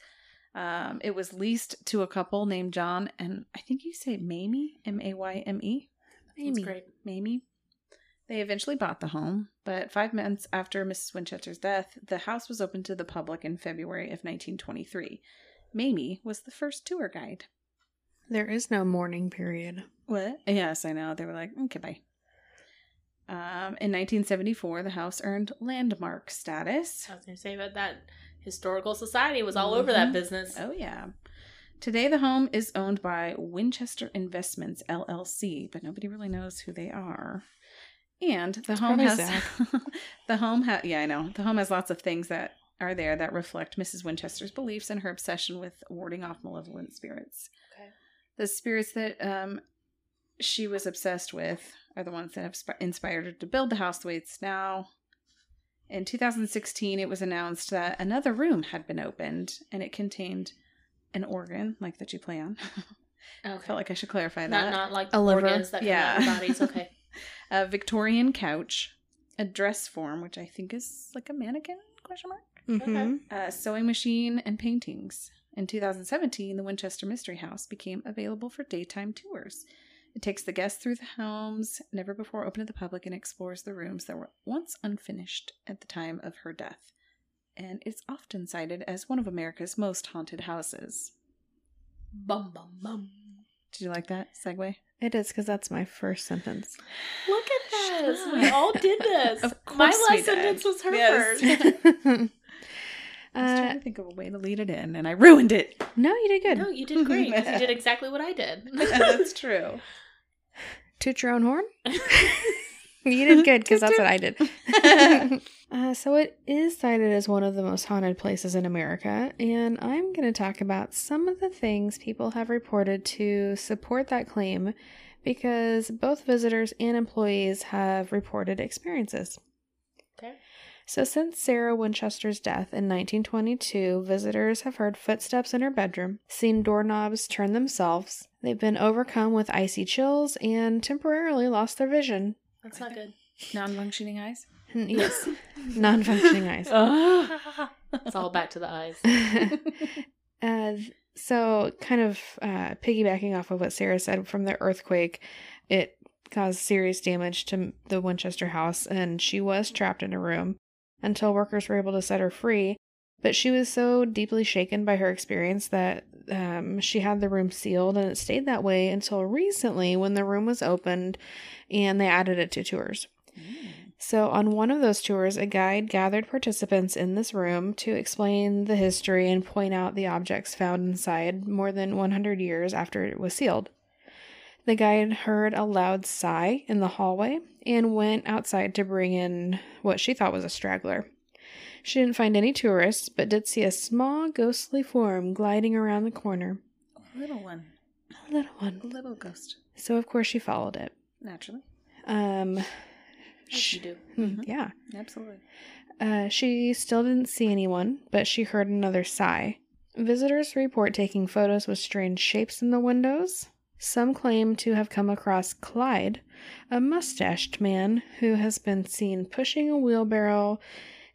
Speaker 1: Um, it was leased to a couple named John and I think you say Mamie, M A Y M E.
Speaker 2: That's great.
Speaker 1: Mamie. They eventually bought the home, but five months after Mrs. Winchester's death, the house was opened to the public in February of 1923. Mamie was the first tour guide.
Speaker 3: There is no mourning period.
Speaker 1: What? Yes, I know. They were like, okay, bye. Um, in 1974, the house earned landmark status.
Speaker 2: I was going to say about that historical society was all over that
Speaker 1: Mhm.
Speaker 2: business.
Speaker 1: Oh, yeah. Today, the home is owned by Winchester Investments LLC, but nobody really knows who they are. And the home
Speaker 3: probably
Speaker 1: has
Speaker 3: Zach.
Speaker 1: the home ha- yeah, I know the home has lots of things that are there that reflect Mrs. Winchester's beliefs and her obsession with warding off malevolent spirits.
Speaker 2: Okay.
Speaker 1: The spirits that um, she was obsessed with are the ones that have sp- inspired her to build the house the way it's now. In 2016, it was announced that another room had been opened and it contained an organ, like that you play on. I
Speaker 2: Okay,
Speaker 1: felt like I should clarify
Speaker 2: not
Speaker 1: that.
Speaker 2: not like
Speaker 3: A liver.
Speaker 2: organs that come out of
Speaker 1: Yeah.
Speaker 2: bodies. Okay,
Speaker 1: A Victorian couch, a dress form, which I think is like a mannequin question mark,
Speaker 3: Mhm.
Speaker 1: a sewing machine, and paintings. In 2017, the Winchester Mystery House became available for daytime tours. It takes the guests through the homes, never before open to the public, and explores the rooms that were once unfinished at the time of her death. And it's often cited as one of America's most haunted houses.
Speaker 2: bum bum bum.
Speaker 1: Did you like that segue?
Speaker 3: It is because that's my first sentence.
Speaker 2: Look at this.
Speaker 1: Shut
Speaker 2: We
Speaker 1: up.
Speaker 2: all did this.
Speaker 1: Of
Speaker 2: My
Speaker 1: course
Speaker 2: last
Speaker 1: we did.
Speaker 2: sentence was her
Speaker 1: Yes.
Speaker 2: first.
Speaker 1: I was
Speaker 3: Uh,
Speaker 1: trying to think of a way to lead it in, and I ruined it.
Speaker 3: no, you did good.
Speaker 2: No, you did great. 'cause You did exactly what I did.
Speaker 1: true.
Speaker 3: Toot your own horn. You did good because that's what I did. uh, so it is cited as one of the most haunted places in America, and I'm going to talk about some of the things people have reported to support that claim because both visitors and employees have reported experiences.
Speaker 2: Okay.
Speaker 3: So, since Sarah Winchester's death in 1922, visitors have heard footsteps in her bedroom, seen doorknobs turn themselves. They've been overcome with icy chills and temporarily lost their vision.
Speaker 2: That's not good.
Speaker 1: Non-functioning eyes.
Speaker 3: And Yes, non functioning eyes.
Speaker 2: It's all back to the eyes.
Speaker 3: uh, so, kind of uh, piggybacking off of what Sarah said from the earthquake, it caused serious damage to the Winchester house, and she was trapped in a room until workers were able to set her free. But she was so deeply shaken by her experience that um, she had the room sealed, and it stayed that way until recently when the room was opened and they added it to tours. So, on one of those tours, a guide gathered participants in this room to explain the history and point out the objects found inside more than 100 years after it was sealed. The guide heard a loud sigh in the hallway and went outside to bring in what she thought was a straggler. She didn't find any tourists, but did see a small ghostly form gliding around the corner.
Speaker 1: Little one.
Speaker 3: A little one.
Speaker 1: Little ghost.
Speaker 3: So, of course, she followed it.
Speaker 1: Naturally.
Speaker 3: Um,
Speaker 2: As
Speaker 3: sh-
Speaker 2: you do.
Speaker 1: Mhm.
Speaker 3: yeah.
Speaker 1: Absolutely.
Speaker 3: Uh, she still didn't see anyone, but she heard another sigh. Visitors report taking photos with strange shapes in the windows. Some claim to have come across Clyde, a mustached man who has been seen pushing a wheelbarrow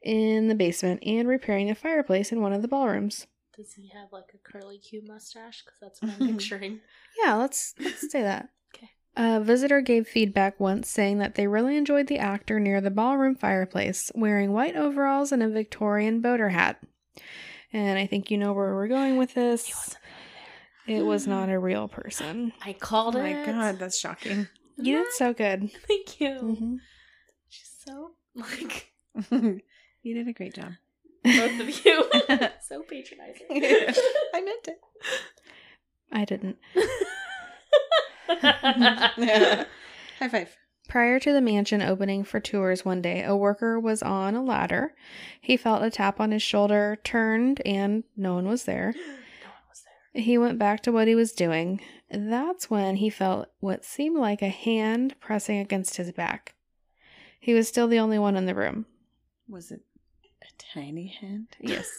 Speaker 3: in the basement and repairing the fireplace in one of the ballrooms.
Speaker 2: Does he have like a curly Q mustache? Because that's what I'm picturing.
Speaker 3: Yeah, let's let's say that.
Speaker 2: Okay.
Speaker 3: A visitor gave feedback once saying that they really enjoyed the actor near the ballroom fireplace, wearing white overalls and a Victorian boater hat. And I think you know where we're going with
Speaker 2: He
Speaker 3: this.
Speaker 2: wasn't really there.
Speaker 3: It was not a real person.
Speaker 2: I called
Speaker 1: Oh
Speaker 2: it.
Speaker 1: my god, Mm-hmm. that's shocking.
Speaker 3: You did so good.
Speaker 2: Thank you.
Speaker 3: Mhm.
Speaker 2: She's so like
Speaker 1: you did a great job.
Speaker 2: both of you. so patronizing.
Speaker 1: I meant it.
Speaker 3: I didn't.
Speaker 1: High five.
Speaker 3: Prior to the mansion opening for tours one day, a worker was on a ladder. He felt a tap on his shoulder, turned, and no one was there.
Speaker 2: No one was there.
Speaker 3: He went back to what he was doing. That's when he felt what seemed like a hand pressing against his back. He was still the only one in the room.
Speaker 1: Was it a tiny hand?
Speaker 3: Yes.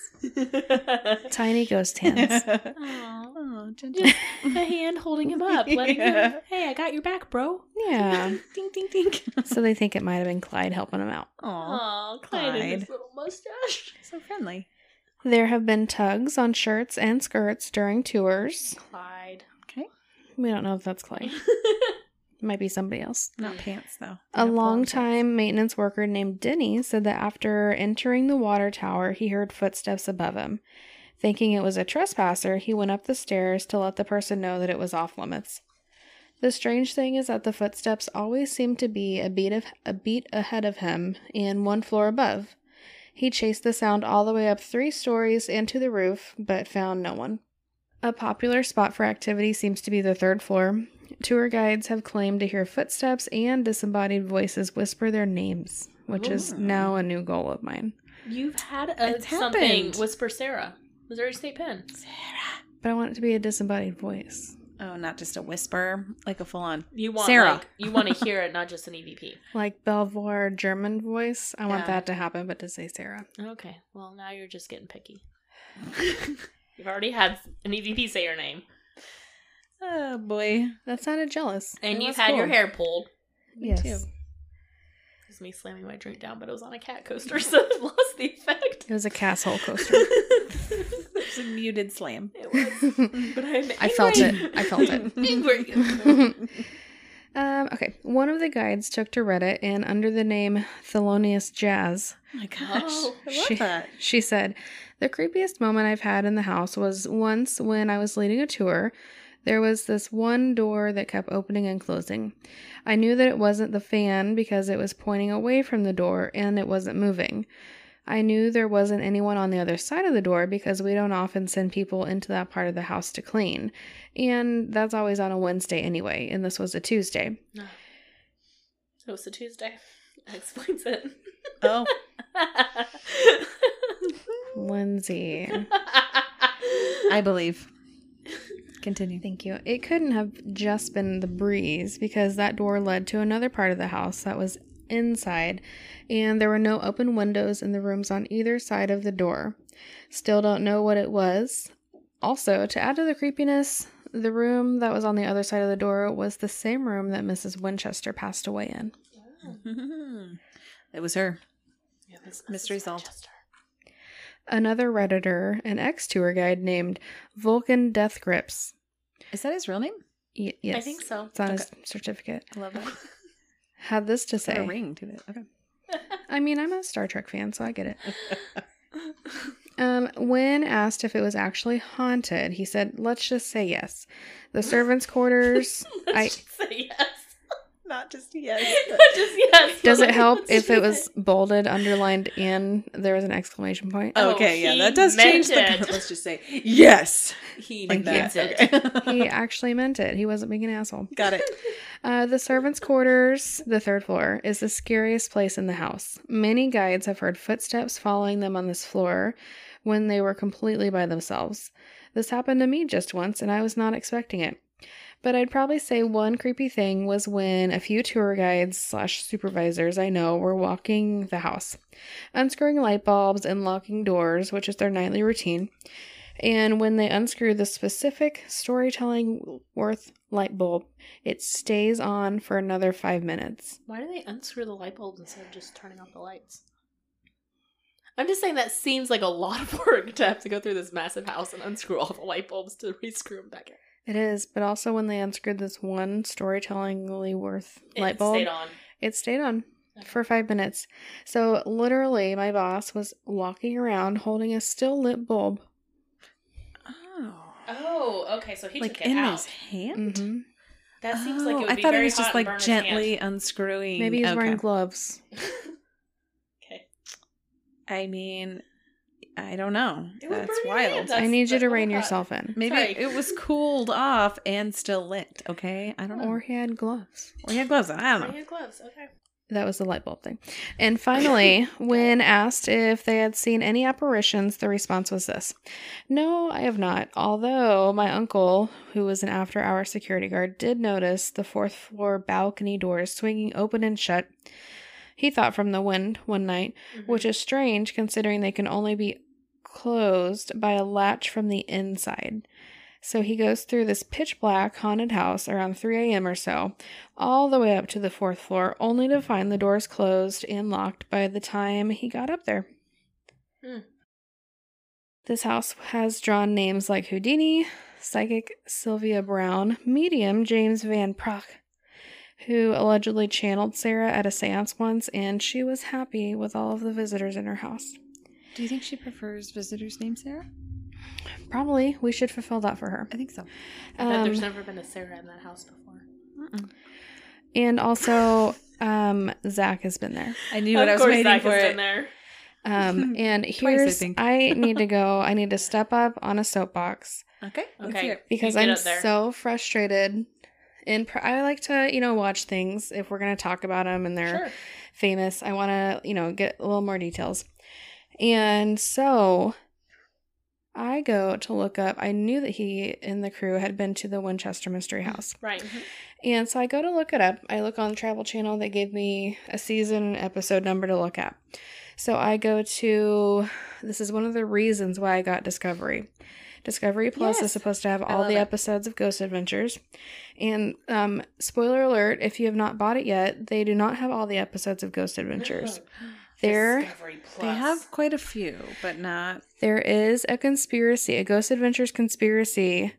Speaker 3: Tiny ghost hands.
Speaker 2: Aw.
Speaker 1: oh, gentle.
Speaker 2: Just a hand holding him up, letting him.
Speaker 1: Yeah.
Speaker 2: Hey, I got your back, bro.
Speaker 3: Yeah.
Speaker 1: ding, ding, ding.
Speaker 3: So they think it might have been Clyde helping him out.
Speaker 1: Aw,
Speaker 2: Oh, Clyde and his
Speaker 1: Clyde.
Speaker 2: little mustache.
Speaker 1: so friendly.
Speaker 3: There have been tugs on shirts and skirts during tours.
Speaker 2: Clyde.
Speaker 3: We don't know if that's Clyde. Might be somebody else.
Speaker 1: Not pants, though.
Speaker 3: A
Speaker 1: No
Speaker 3: long
Speaker 1: pants.
Speaker 3: time maintenance worker named Denny said that after entering the water tower, he heard footsteps above him. Thinking it was a trespasser, he went up the stairs to let the person know that it was off limits. The strange thing is that the footsteps always seemed to be a beat of a beat ahead of him and one floor above. He chased the sound all the way up three stories and to the roof, but found no one. A popular spot for activity seems to be the third floor, Tour guides have claimed to hear footsteps and disembodied voices whisper their names, which is
Speaker 1: Ooh.
Speaker 3: now a new goal of mine.
Speaker 2: You've had a
Speaker 1: It's
Speaker 2: something
Speaker 1: happened.
Speaker 2: whisper Sarah, Missouri State Pen.
Speaker 3: But I want it to be a disembodied voice.
Speaker 1: Oh, not just a whisper, like a full on.
Speaker 2: You want
Speaker 1: Sarah.
Speaker 2: like, you want to hear it, not just an E EVP.
Speaker 3: Like Belvoir German voice. I want
Speaker 1: Yeah.
Speaker 3: that to happen, but to say Sarah.
Speaker 2: Okay, well now you're just getting picky. You've already had an EVP say your name,
Speaker 1: Oh, boy.
Speaker 3: That sounded jealous.
Speaker 2: and
Speaker 1: It
Speaker 2: you've
Speaker 1: was
Speaker 2: had your
Speaker 1: cool.
Speaker 2: hair pulled.
Speaker 1: Me
Speaker 3: yes.
Speaker 1: too.
Speaker 2: It was me slamming my drink down, but it was on a cat coaster, so it lost the effect.
Speaker 3: It was a castle coaster.
Speaker 1: It's a
Speaker 2: it
Speaker 1: muted slam.
Speaker 2: was, but I'm
Speaker 3: I felt
Speaker 2: angry.
Speaker 3: it. I felt it.
Speaker 2: Angry.
Speaker 3: um, okay. One of the guides took to Reddit and under the name Thelonious Jazz,
Speaker 1: my gosh.
Speaker 2: Oh,
Speaker 1: I love
Speaker 3: shit.
Speaker 1: that.
Speaker 3: She said, The creepiest moment I've had in the house was once when I was leading a tour. There was this one door that kept opening and closing. I knew that it wasn't the fan because it was pointing away from the door and it wasn't moving. I knew there wasn't anyone on the other side of the door because we don't often send people into that part of the house to clean. And that's always on a Wednesday anyway, and this was a Tuesday.
Speaker 2: So it's a Tuesday. That explains it.
Speaker 1: Oh,
Speaker 3: Lindsay.
Speaker 1: I believe. Continue.
Speaker 3: Thank you. It couldn't have just been the breeze because that door led to another part of the house that was inside, and there were no open windows in the rooms on either side of the door. Still don't know what it was. Also, to add to the creepiness, the room that was on the other side of the door was the same room that Mrs. Winchester passed away in.
Speaker 1: It was her.
Speaker 2: Yeah, this- this
Speaker 1: Mystery
Speaker 2: is
Speaker 1: solved.
Speaker 2: Rochester.
Speaker 3: Another Redditor, an ex tour guide named Vulcan Death Grips.
Speaker 1: Is that his real name?
Speaker 3: Y- yes,
Speaker 2: I think so.
Speaker 3: it's on his certificate.
Speaker 1: I love that.
Speaker 3: Had this to
Speaker 1: Got
Speaker 3: say.
Speaker 1: a ring to it. Okay.
Speaker 3: I mean, I'm a Star Trek fan, so I get it. Um, when asked if it was actually haunted, he said, "Let's just say yes." The servants' quarters.
Speaker 2: Let's
Speaker 3: I-
Speaker 2: just say yes.
Speaker 1: Not just
Speaker 2: Not just yes.
Speaker 3: Does
Speaker 2: but
Speaker 3: it help
Speaker 2: let's
Speaker 3: if
Speaker 2: just
Speaker 3: it
Speaker 2: say-
Speaker 3: was bolded, underlined, and there was an exclamation point?
Speaker 2: Oh,
Speaker 1: okay, yeah,
Speaker 2: he
Speaker 1: that does
Speaker 2: meant
Speaker 1: change the.
Speaker 2: it.
Speaker 1: Let's just say yes.
Speaker 2: He
Speaker 1: Like
Speaker 2: meant
Speaker 1: that.
Speaker 2: it.
Speaker 1: Okay.
Speaker 3: He actually meant it. He wasn't being an asshole.
Speaker 1: Got it.
Speaker 3: Uh, the servants' quarters, the third floor, is the scariest place in the house. Many guides have heard footsteps following them on this floor when they were completely by themselves. This happened to me just once, and I was not expecting it. But I'd probably say one creepy thing was when a few tour guides slash supervisors I know were walking the house, unscrewing light bulbs and locking doors, which is their nightly routine. And when they unscrew the specific storytelling worth light bulb, it stays on for another five minutes.
Speaker 2: Why do they unscrew the light bulbs instead of just turning off the lights? I'm just saying that seems like a lot of work to have to go through this massive house and unscrew all the light bulbs to re-screw them back in.
Speaker 3: It is, but also when they unscrewed this one storytellingly worth
Speaker 2: It
Speaker 3: light bulb,
Speaker 2: stayed on.
Speaker 3: it stayed on for five minutes. So literally, my boss was walking around holding a still lit bulb.
Speaker 1: Oh.
Speaker 2: Oh, okay. So he
Speaker 1: like
Speaker 2: took it
Speaker 1: in
Speaker 2: out. Mm-hmm.
Speaker 1: his hand?
Speaker 3: hmm
Speaker 2: That seems like it
Speaker 1: Oh,
Speaker 2: would
Speaker 1: I
Speaker 2: be
Speaker 1: thought
Speaker 2: very
Speaker 1: it was
Speaker 2: hot
Speaker 1: just
Speaker 2: and burn
Speaker 1: like
Speaker 2: his
Speaker 1: gently
Speaker 2: hand.
Speaker 1: unscrewing.
Speaker 3: Maybe he's
Speaker 1: okay.
Speaker 3: wearing gloves.
Speaker 2: okay.
Speaker 1: I mean, I don't know.
Speaker 2: It would burn
Speaker 1: That's
Speaker 2: your
Speaker 1: wild.
Speaker 2: hand, I-
Speaker 3: I
Speaker 2: That's-
Speaker 3: need you
Speaker 2: that's
Speaker 3: to
Speaker 2: what I
Speaker 3: rein
Speaker 2: thought.
Speaker 3: yourself in.
Speaker 1: Maybe
Speaker 2: Sorry.
Speaker 1: it was cooled off and still lit. Okay, I
Speaker 2: Mm-hmm.
Speaker 1: don't know.
Speaker 3: Or
Speaker 1: Or,
Speaker 3: he had gloves.
Speaker 1: he had gloves on. I don't
Speaker 2: Bring
Speaker 1: know.
Speaker 2: your gloves. Okay.
Speaker 3: That was the light bulb thing. And finally, when asked if they had seen any apparitions, the response was this No, I have not. Although my uncle, who was an after hour security guard, did notice the fourth floor balcony doors swinging open and shut. He thought from the wind one night, which is strange considering they can only be closed by a latch from the inside. So he goes through this pitch black haunted house around 3 a.m. or so, all the way up to the fourth floor, only to find the doors closed and locked by the time he got up there.
Speaker 2: Hmm.
Speaker 3: This house has drawn names like Houdini, psychic Sylvia Brown, medium James Van Prock, who allegedly channeled Sarah at a seance once, and she was happy with all of the visitors in her house.
Speaker 1: Do you think she prefers visitors' name Sarah?
Speaker 3: Probably we should fulfill that for her.
Speaker 1: I think so.
Speaker 2: I bet there's
Speaker 3: Um,
Speaker 2: never been a Sarah in that house before.
Speaker 3: And also, um, Zach has been there.
Speaker 1: I knew what I was waiting for.
Speaker 2: has
Speaker 1: It.
Speaker 2: been there.
Speaker 3: Um, and
Speaker 1: Twice, I
Speaker 3: here's
Speaker 1: think.
Speaker 3: I need to go. I need to step up on a soapbox
Speaker 1: Okay. let's
Speaker 2: Okay.
Speaker 1: hear it.
Speaker 3: because
Speaker 2: You get
Speaker 3: I'm
Speaker 2: up there.
Speaker 3: so frustrated. And pr- I like to, you know, watch things if we're gonna talk about them and they're
Speaker 2: Sure.
Speaker 3: famous. I want to, you know, get a little more details. And so I go to look up. I knew that he and the crew had been to the Winchester Mystery House.
Speaker 2: Right. mm-hmm.
Speaker 3: And so I go to look it up. I look on the Travel Channel. They gave me a season and episode number to look at. So I go to this is one of the reasons why I got Discovery. Discovery Plus
Speaker 1: Yes.
Speaker 3: is supposed to have all
Speaker 1: love
Speaker 3: the
Speaker 1: it.
Speaker 3: episodes of Ghost Adventures. And um, spoiler alert, if you have not bought it yet, they do not have all the episodes of Ghost Adventures. There
Speaker 2: Discovery Plus.
Speaker 1: They have quite a few, but not.
Speaker 3: there is a conspiracy, a Ghost Adventures conspiracy.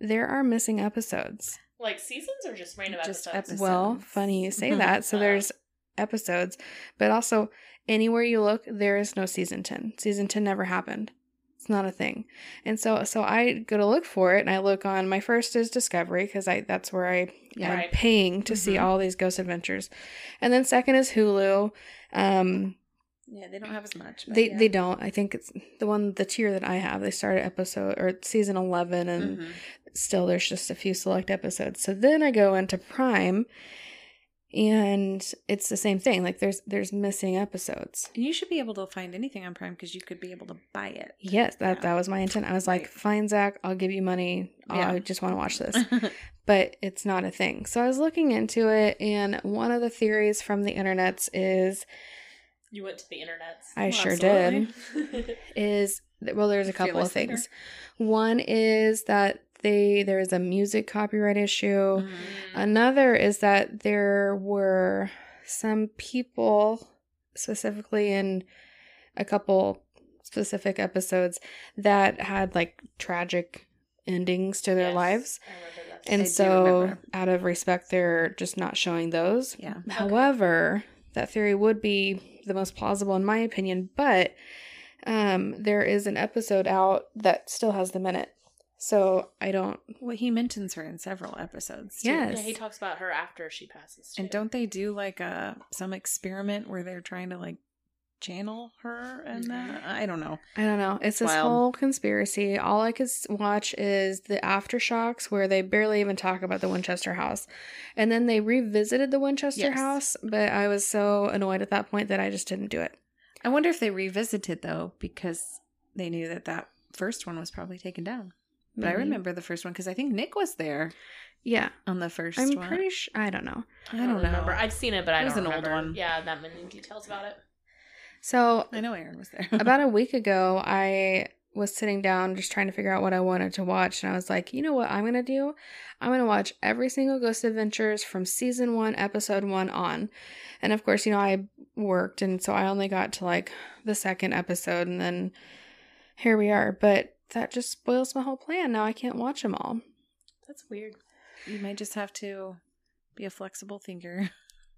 Speaker 3: There are missing episodes.
Speaker 2: like seasons or just random
Speaker 1: Just
Speaker 2: episodes.
Speaker 1: episodes.
Speaker 3: Well,
Speaker 1: episodes.
Speaker 3: funny you say that. So there's episodes, but also anywhere you look, there is no season 10. Season 10 never happened. It's not a thing. And so so I go to look for it and I look on my first is Discovery cuz I that's where I
Speaker 1: Yeah.
Speaker 3: am
Speaker 2: Right.
Speaker 3: paying to see
Speaker 1: Mhm.
Speaker 3: all these ghost adventures. And then second is Hulu. Um
Speaker 1: Yeah, they don't have as much. but
Speaker 3: they
Speaker 1: yeah.
Speaker 3: they don't. I think it's the one the tier that I have. They start at episode or season 11 and
Speaker 1: Mhm.
Speaker 3: still there's just a few select episodes. So then I go into Prime and it's the same thing. Like there's there's missing episodes.
Speaker 1: And you should be able to find anything on Prime because you could be able to buy it.
Speaker 3: Yes, that
Speaker 1: Yeah.
Speaker 3: that was my intent. I was like,
Speaker 1: Right.
Speaker 3: fine, Zach, I'll give you money.
Speaker 1: Yeah.
Speaker 3: I just want to watch this. but it's not a thing. So I was looking into it and one of the theories from the internets is
Speaker 2: You went to the internets.
Speaker 3: I
Speaker 1: Well,
Speaker 3: sure
Speaker 1: absolutely.
Speaker 3: did. Is well there's a
Speaker 1: Fearless
Speaker 3: couple of
Speaker 1: leader.
Speaker 3: things. One is that they there is a music copyright issue.
Speaker 2: Mm,
Speaker 1: Mhm.
Speaker 3: Another is that there were some people, specifically in a couple specific episodes, that had like tragic endings to their
Speaker 2: Yes,
Speaker 3: lives.
Speaker 2: I remember that.
Speaker 3: And
Speaker 1: I do
Speaker 3: so,
Speaker 1: remember.
Speaker 3: out of respect, they're just not showing those.
Speaker 1: Yeah.
Speaker 3: However, that theory would be the most plausible in my opinion, but um, there is an episode out that still has them in it. So, I don't.
Speaker 1: Well, he mentions her in several episodes. too.
Speaker 3: Yes.
Speaker 2: yeah, he talks about her after she passes.
Speaker 1: And
Speaker 2: too.
Speaker 1: don't they do like a some experiment where they're trying to like channel her and that? I don't know.
Speaker 3: I don't know. It's this
Speaker 1: Wild.
Speaker 3: whole conspiracy. All I could s- watch is the aftershocks where they barely even talk about the Winchester house. And then they revisited the Winchester
Speaker 1: Yes.
Speaker 3: house, but I was so annoyed at that point that I just didn't do it.
Speaker 1: I wonder if they revisited though because they knew that that first one was probably taken down. But I
Speaker 3: Maybe.
Speaker 1: remember the first one because I think Nick was there
Speaker 3: Yeah.
Speaker 1: on the 1st
Speaker 3: I'm
Speaker 1: one.
Speaker 3: pretty sure. I don't know.
Speaker 1: I don't, know.
Speaker 2: remember. I've seen it, but I
Speaker 1: It was
Speaker 2: don't
Speaker 1: an old
Speaker 2: remember.
Speaker 1: one.
Speaker 2: Yeah, that many details about it.
Speaker 3: So
Speaker 1: I know Aaron was there.
Speaker 3: about a week ago, I was sitting down just trying to figure out what I wanted to watch, and I was like, you know what I'm gonna do? I'm gonna watch every single Ghost Adventures from season one, episode one on. And of course, you know, I worked, and so I only got to like the second episode, and then here we are. But that just spoils my whole plan. Now I can't watch them all.
Speaker 2: That's weird.
Speaker 1: You might just have to be a flexible thinker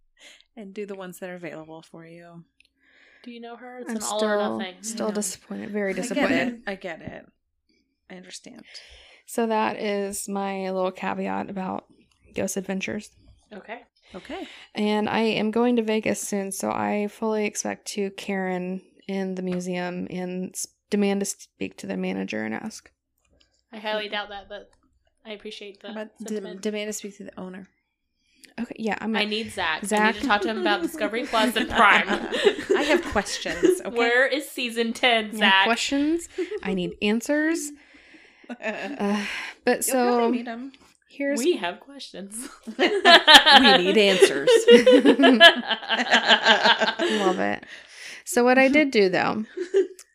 Speaker 1: and do the ones that are available for you.
Speaker 2: Do you know her? It's an all or nothing.
Speaker 3: Still
Speaker 1: know.
Speaker 3: disappointed. Very
Speaker 1: I get
Speaker 3: disappointed.
Speaker 1: it. I get it. I understand.
Speaker 3: So that is my little caveat about Ghost Adventures.
Speaker 2: Okay.
Speaker 1: Okay.
Speaker 3: And I am going to Vegas soon, so I fully expect to Karen in the museum and s- demand to speak to the manager and ask.
Speaker 2: I highly doubt that, but I appreciate
Speaker 1: How
Speaker 2: the
Speaker 1: about de-
Speaker 2: sentiment.
Speaker 1: demand to speak to the owner?
Speaker 3: Okay, yeah, I'm
Speaker 2: I
Speaker 3: gonna,
Speaker 2: need Zach. I
Speaker 3: Zach.
Speaker 2: need to talk to him about Discovery Plus and Prime.
Speaker 1: I have questions. Okay.
Speaker 2: Where is season ten,
Speaker 3: I have
Speaker 2: Zach?
Speaker 3: questions. I need answers. Uh, but
Speaker 1: You'll probably
Speaker 3: so
Speaker 1: meet him.
Speaker 3: here's
Speaker 2: We have questions.
Speaker 1: we need answers.
Speaker 3: Love it. So what I did do though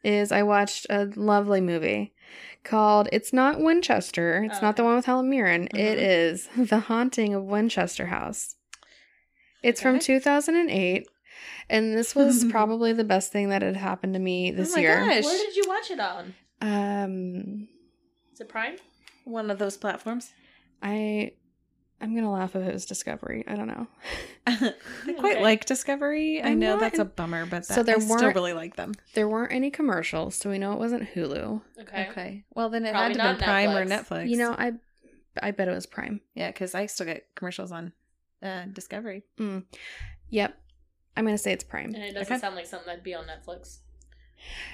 Speaker 3: is I watched a lovely movie called It's Not Winchester. It's
Speaker 2: Oh,
Speaker 3: not the
Speaker 2: okay.
Speaker 3: one with Helen Mirren.
Speaker 1: Mhm.
Speaker 3: It is The Haunting of Winchester House. It's from
Speaker 1: Okay.
Speaker 3: 2008 and this was probably the best thing that had happened to me this
Speaker 1: oh my
Speaker 3: year.
Speaker 1: gosh.
Speaker 2: Where did you watch it on?
Speaker 3: Um
Speaker 2: Is it Prime?
Speaker 1: One of those platforms.
Speaker 3: I I'm going to laugh if it was Discovery. I don't know.
Speaker 1: I quite
Speaker 2: Okay.
Speaker 1: like Discovery. i
Speaker 3: I'm
Speaker 1: know
Speaker 3: not
Speaker 1: that's a
Speaker 3: in-
Speaker 1: bummer, but
Speaker 3: So
Speaker 1: that,
Speaker 3: there
Speaker 1: I still
Speaker 3: weren't-
Speaker 1: really like them.
Speaker 3: There weren't any commercials, so we know it wasn't Hulu.
Speaker 2: Okay.
Speaker 1: Well, then it
Speaker 2: Probably
Speaker 1: had to have been
Speaker 2: not
Speaker 1: Prime
Speaker 2: Netflix.
Speaker 1: or Netflix.
Speaker 3: You know, I I bet it was Prime.
Speaker 1: Yeah, because I still get commercials on uh, Discovery.
Speaker 3: Mm. Yep. I'm going to say it's Prime.
Speaker 2: And it doesn't
Speaker 1: Okay.
Speaker 2: sound like something that'd be on Netflix.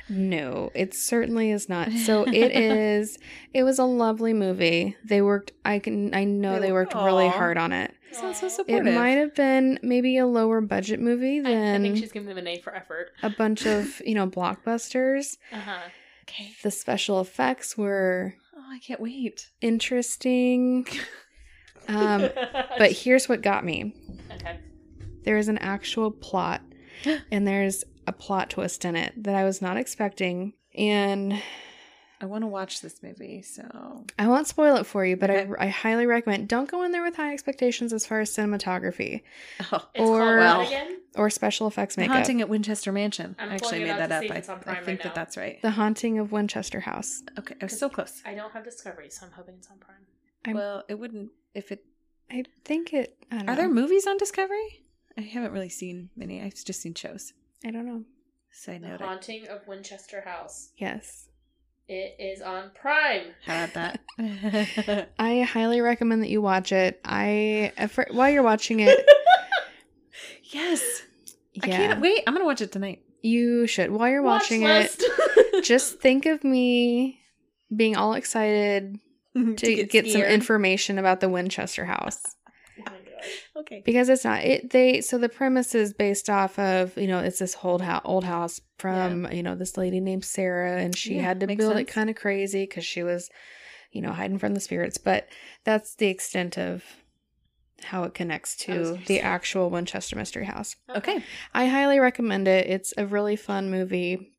Speaker 3: No, it certainly is not. So it is it was a lovely movie. They worked I can I know
Speaker 1: They
Speaker 3: they worked
Speaker 1: worked-
Speaker 3: really
Speaker 1: Aw.
Speaker 3: hard on it.
Speaker 1: It sounds so
Speaker 2: Aw.
Speaker 1: supportive.
Speaker 3: It might have been maybe a lower budget movie
Speaker 2: I, I
Speaker 3: than
Speaker 2: think she's giving them an A for effort.
Speaker 3: a bunch of, you know, blockbusters.
Speaker 2: Uh huh.
Speaker 1: Okay.
Speaker 3: The special effects were
Speaker 1: Oh, I can't wait.
Speaker 3: interesting. Um but here's what got me.
Speaker 2: okay.
Speaker 3: There is an actual plot and there's a plot twist in it that I was not expecting and
Speaker 1: I want to watch this movie. So
Speaker 3: I won't spoil it for you, but
Speaker 1: Okay.
Speaker 3: I, I highly recommend. Don't go in there with high expectations as far as cinematography
Speaker 1: oh,
Speaker 2: It's
Speaker 3: Or-
Speaker 2: called
Speaker 1: Well,
Speaker 2: what again?
Speaker 3: or special effects
Speaker 1: The
Speaker 3: makeup.
Speaker 1: Haunting at Winchester Mansion.
Speaker 2: I'm
Speaker 1: I actually
Speaker 2: pulling it
Speaker 1: made that
Speaker 2: up to
Speaker 1: up.
Speaker 2: see if
Speaker 1: I,
Speaker 2: it's on
Speaker 1: I
Speaker 2: Prime
Speaker 1: think
Speaker 2: right
Speaker 1: that
Speaker 2: now.
Speaker 1: that's right.
Speaker 3: the Haunting of Winchester House.
Speaker 1: Okay, I was so close.
Speaker 2: I don't have Discovery, so I'm hoping it's on Prime.
Speaker 3: I'm-
Speaker 1: well, it wouldn't if it.
Speaker 3: I think it. I don't
Speaker 1: Are
Speaker 3: know.
Speaker 1: there movies on Discovery? I haven't really seen many. I've just seen shows.
Speaker 3: I don't know.
Speaker 1: Side
Speaker 2: The
Speaker 1: note. I-
Speaker 2: Haunting of Winchester House.
Speaker 3: Yes,
Speaker 2: It is on Prime.
Speaker 1: How about that?
Speaker 3: I highly recommend that you watch it. I at fir- while you're watching it,
Speaker 1: yes. I
Speaker 3: yeah,
Speaker 1: can't wait. I'm gonna watch it tonight.
Speaker 3: you should. While you're
Speaker 2: Watch
Speaker 3: watching
Speaker 2: list. Oh
Speaker 3: it, just think of me being all excited
Speaker 1: to
Speaker 3: to, get, some
Speaker 1: scared.
Speaker 3: information about the Winchester House.
Speaker 2: Oh my gosh.
Speaker 1: Okay.
Speaker 3: because it's not it they so the premise is based off of you know it's this old house old house from you know this lady named sarah and she
Speaker 1: Yeah,
Speaker 3: had to
Speaker 1: makes
Speaker 3: build it
Speaker 1: sense.
Speaker 3: kind of crazy because she was you know hiding from the spirits but that's the extent of how it connects
Speaker 2: was
Speaker 3: to the
Speaker 2: interesting.
Speaker 3: actual winchester mystery house
Speaker 1: Okay.
Speaker 3: i highly recommend it it's a really fun movie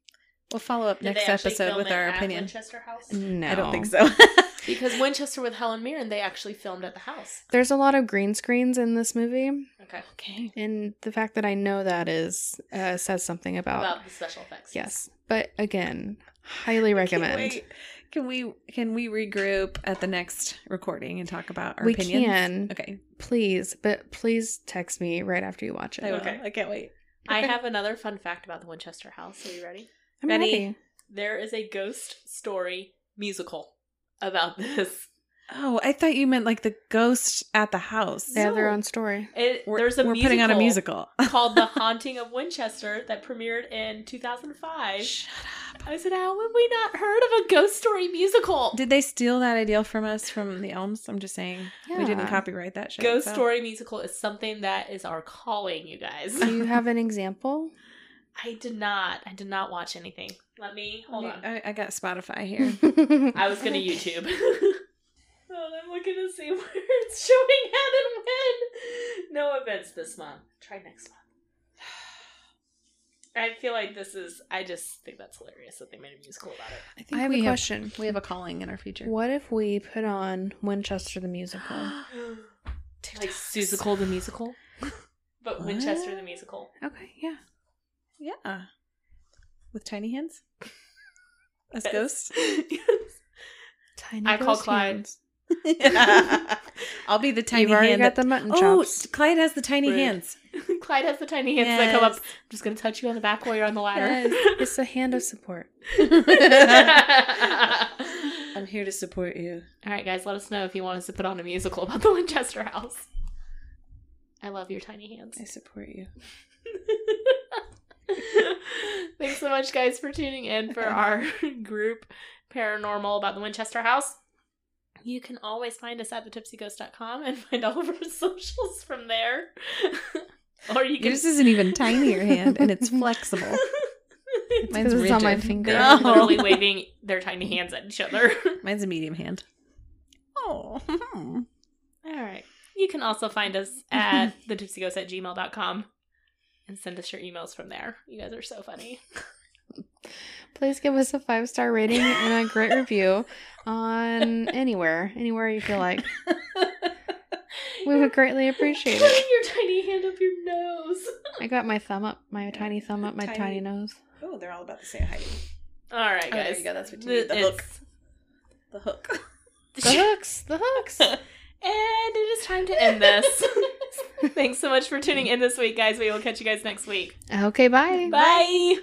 Speaker 1: We'll follow up
Speaker 2: Did
Speaker 1: next
Speaker 2: they actually
Speaker 1: episode
Speaker 2: film
Speaker 1: with
Speaker 2: it
Speaker 1: our
Speaker 2: at
Speaker 1: opinion.
Speaker 2: Winchester House?
Speaker 3: no
Speaker 1: I don't think so.
Speaker 2: Because Winchester with Helen Mirren, they actually filmed at the house.
Speaker 3: there's a lot of green screens in this movie
Speaker 2: Okay.
Speaker 1: okay.
Speaker 3: and the fact that i know that is uh, says something
Speaker 1: Oh.
Speaker 3: about
Speaker 2: About the special effects.
Speaker 3: Yes, but again, highly recommend.
Speaker 1: Wait, Can we can we regroup at the next recording and talk about our
Speaker 3: We
Speaker 1: opinions?
Speaker 3: can.
Speaker 1: Okay.
Speaker 3: Please, but please text me right after you watch it.
Speaker 1: I will.
Speaker 2: Okay.
Speaker 1: I can't wait.
Speaker 2: I have another fun fact about the Winchester House. Are you ready?
Speaker 3: I'm
Speaker 1: Ready?
Speaker 3: ready.
Speaker 2: There is a ghost story musical about this.
Speaker 1: Oh, I thought you meant like the ghost at the house.
Speaker 3: They have their
Speaker 2: No.
Speaker 3: own story.
Speaker 2: It,
Speaker 1: We're,
Speaker 2: there's a
Speaker 1: we're
Speaker 2: musical
Speaker 1: putting on a musical.
Speaker 2: called The Haunting of Winchester that premiered in 2005.
Speaker 1: Shut up.
Speaker 2: I said, how have we not heard of a ghost story musical?
Speaker 1: Did they steal that idea from us from the Elms? I'm just saying we didn't
Speaker 3: Yeah.
Speaker 1: copyright that shit.
Speaker 2: Ghost
Speaker 1: so-
Speaker 2: story musical is something that is our calling, you guys.
Speaker 3: Do you have an example?
Speaker 2: I did not. I did not watch anything. Let me hold on.
Speaker 1: I, I got Spotify here.
Speaker 3: I
Speaker 2: I was gonna YouTube. oh, I'm looking to see where it's showing at and when. No events this month. Try next month. I feel like this is. I just think that's hilarious that they made a musical about it.
Speaker 3: I think
Speaker 1: I have a
Speaker 3: we have a
Speaker 1: have-
Speaker 3: question.
Speaker 1: We have a calling in our future.
Speaker 3: What if we put on Winchester the musical?
Speaker 2: like Susical the musical, but
Speaker 1: What?
Speaker 2: Winchester the musical.
Speaker 3: okay, yeah.
Speaker 1: Yeah. With tiny hands? As
Speaker 2: Yes.
Speaker 1: ghosts?
Speaker 3: Tiny.
Speaker 2: I call
Speaker 3: ghost
Speaker 2: Clyde.
Speaker 3: hands.
Speaker 1: I'll be the tiny
Speaker 3: You've already
Speaker 1: hand.
Speaker 3: got
Speaker 1: That-
Speaker 3: the mutton
Speaker 1: oh,
Speaker 3: chops.
Speaker 1: Clyde has the tiny
Speaker 2: Rude.
Speaker 1: hands.
Speaker 2: Clyde has the tiny hands that come up.
Speaker 1: Yes.
Speaker 2: I'm just gonna touch you on the back while you're on the ladder.
Speaker 3: It's a hand of support.
Speaker 1: I'm here to support you.
Speaker 2: All right, guys, let us know if you want us to put on a musical about the Winchester House. I love your tiny hands.
Speaker 1: I support you.
Speaker 2: Thanks so much, guys, for tuning in for our group paranormal about the Winchester House. You can always find us at thetipsyghost.com and find all of our socials from there. or you can
Speaker 1: Yours is an even tinier hand, and it's flexible. Mine's
Speaker 3: 'cause it's on my
Speaker 1: rigid.
Speaker 3: finger.
Speaker 2: They're
Speaker 1: No.
Speaker 2: literally waving their tiny hands at each other.
Speaker 1: Mine's a medium hand. Oh.
Speaker 2: All right. You can also find us at thetipsyghost at gmail.com and send us your emails from there. You guys are so funny.
Speaker 3: Please give us a five star rating and a great review on anywhere, anywhere you feel like. We would greatly appreciate it.
Speaker 2: Putting your tiny hand up your nose.
Speaker 3: I got my thumb up, my tiny thumb up, my tiny,
Speaker 1: Tiny.
Speaker 3: nose.
Speaker 1: Oh, they're all about the same height.
Speaker 2: All right,
Speaker 1: Oh, there
Speaker 2: guys.
Speaker 1: you go. That's what you need, the hook. The hook.
Speaker 3: The hooks, the hooks.
Speaker 2: and it is time to end this. Thanks so much for tuning in this week, guys. We will catch you guys next week.
Speaker 3: Okay, bye.
Speaker 2: Bye.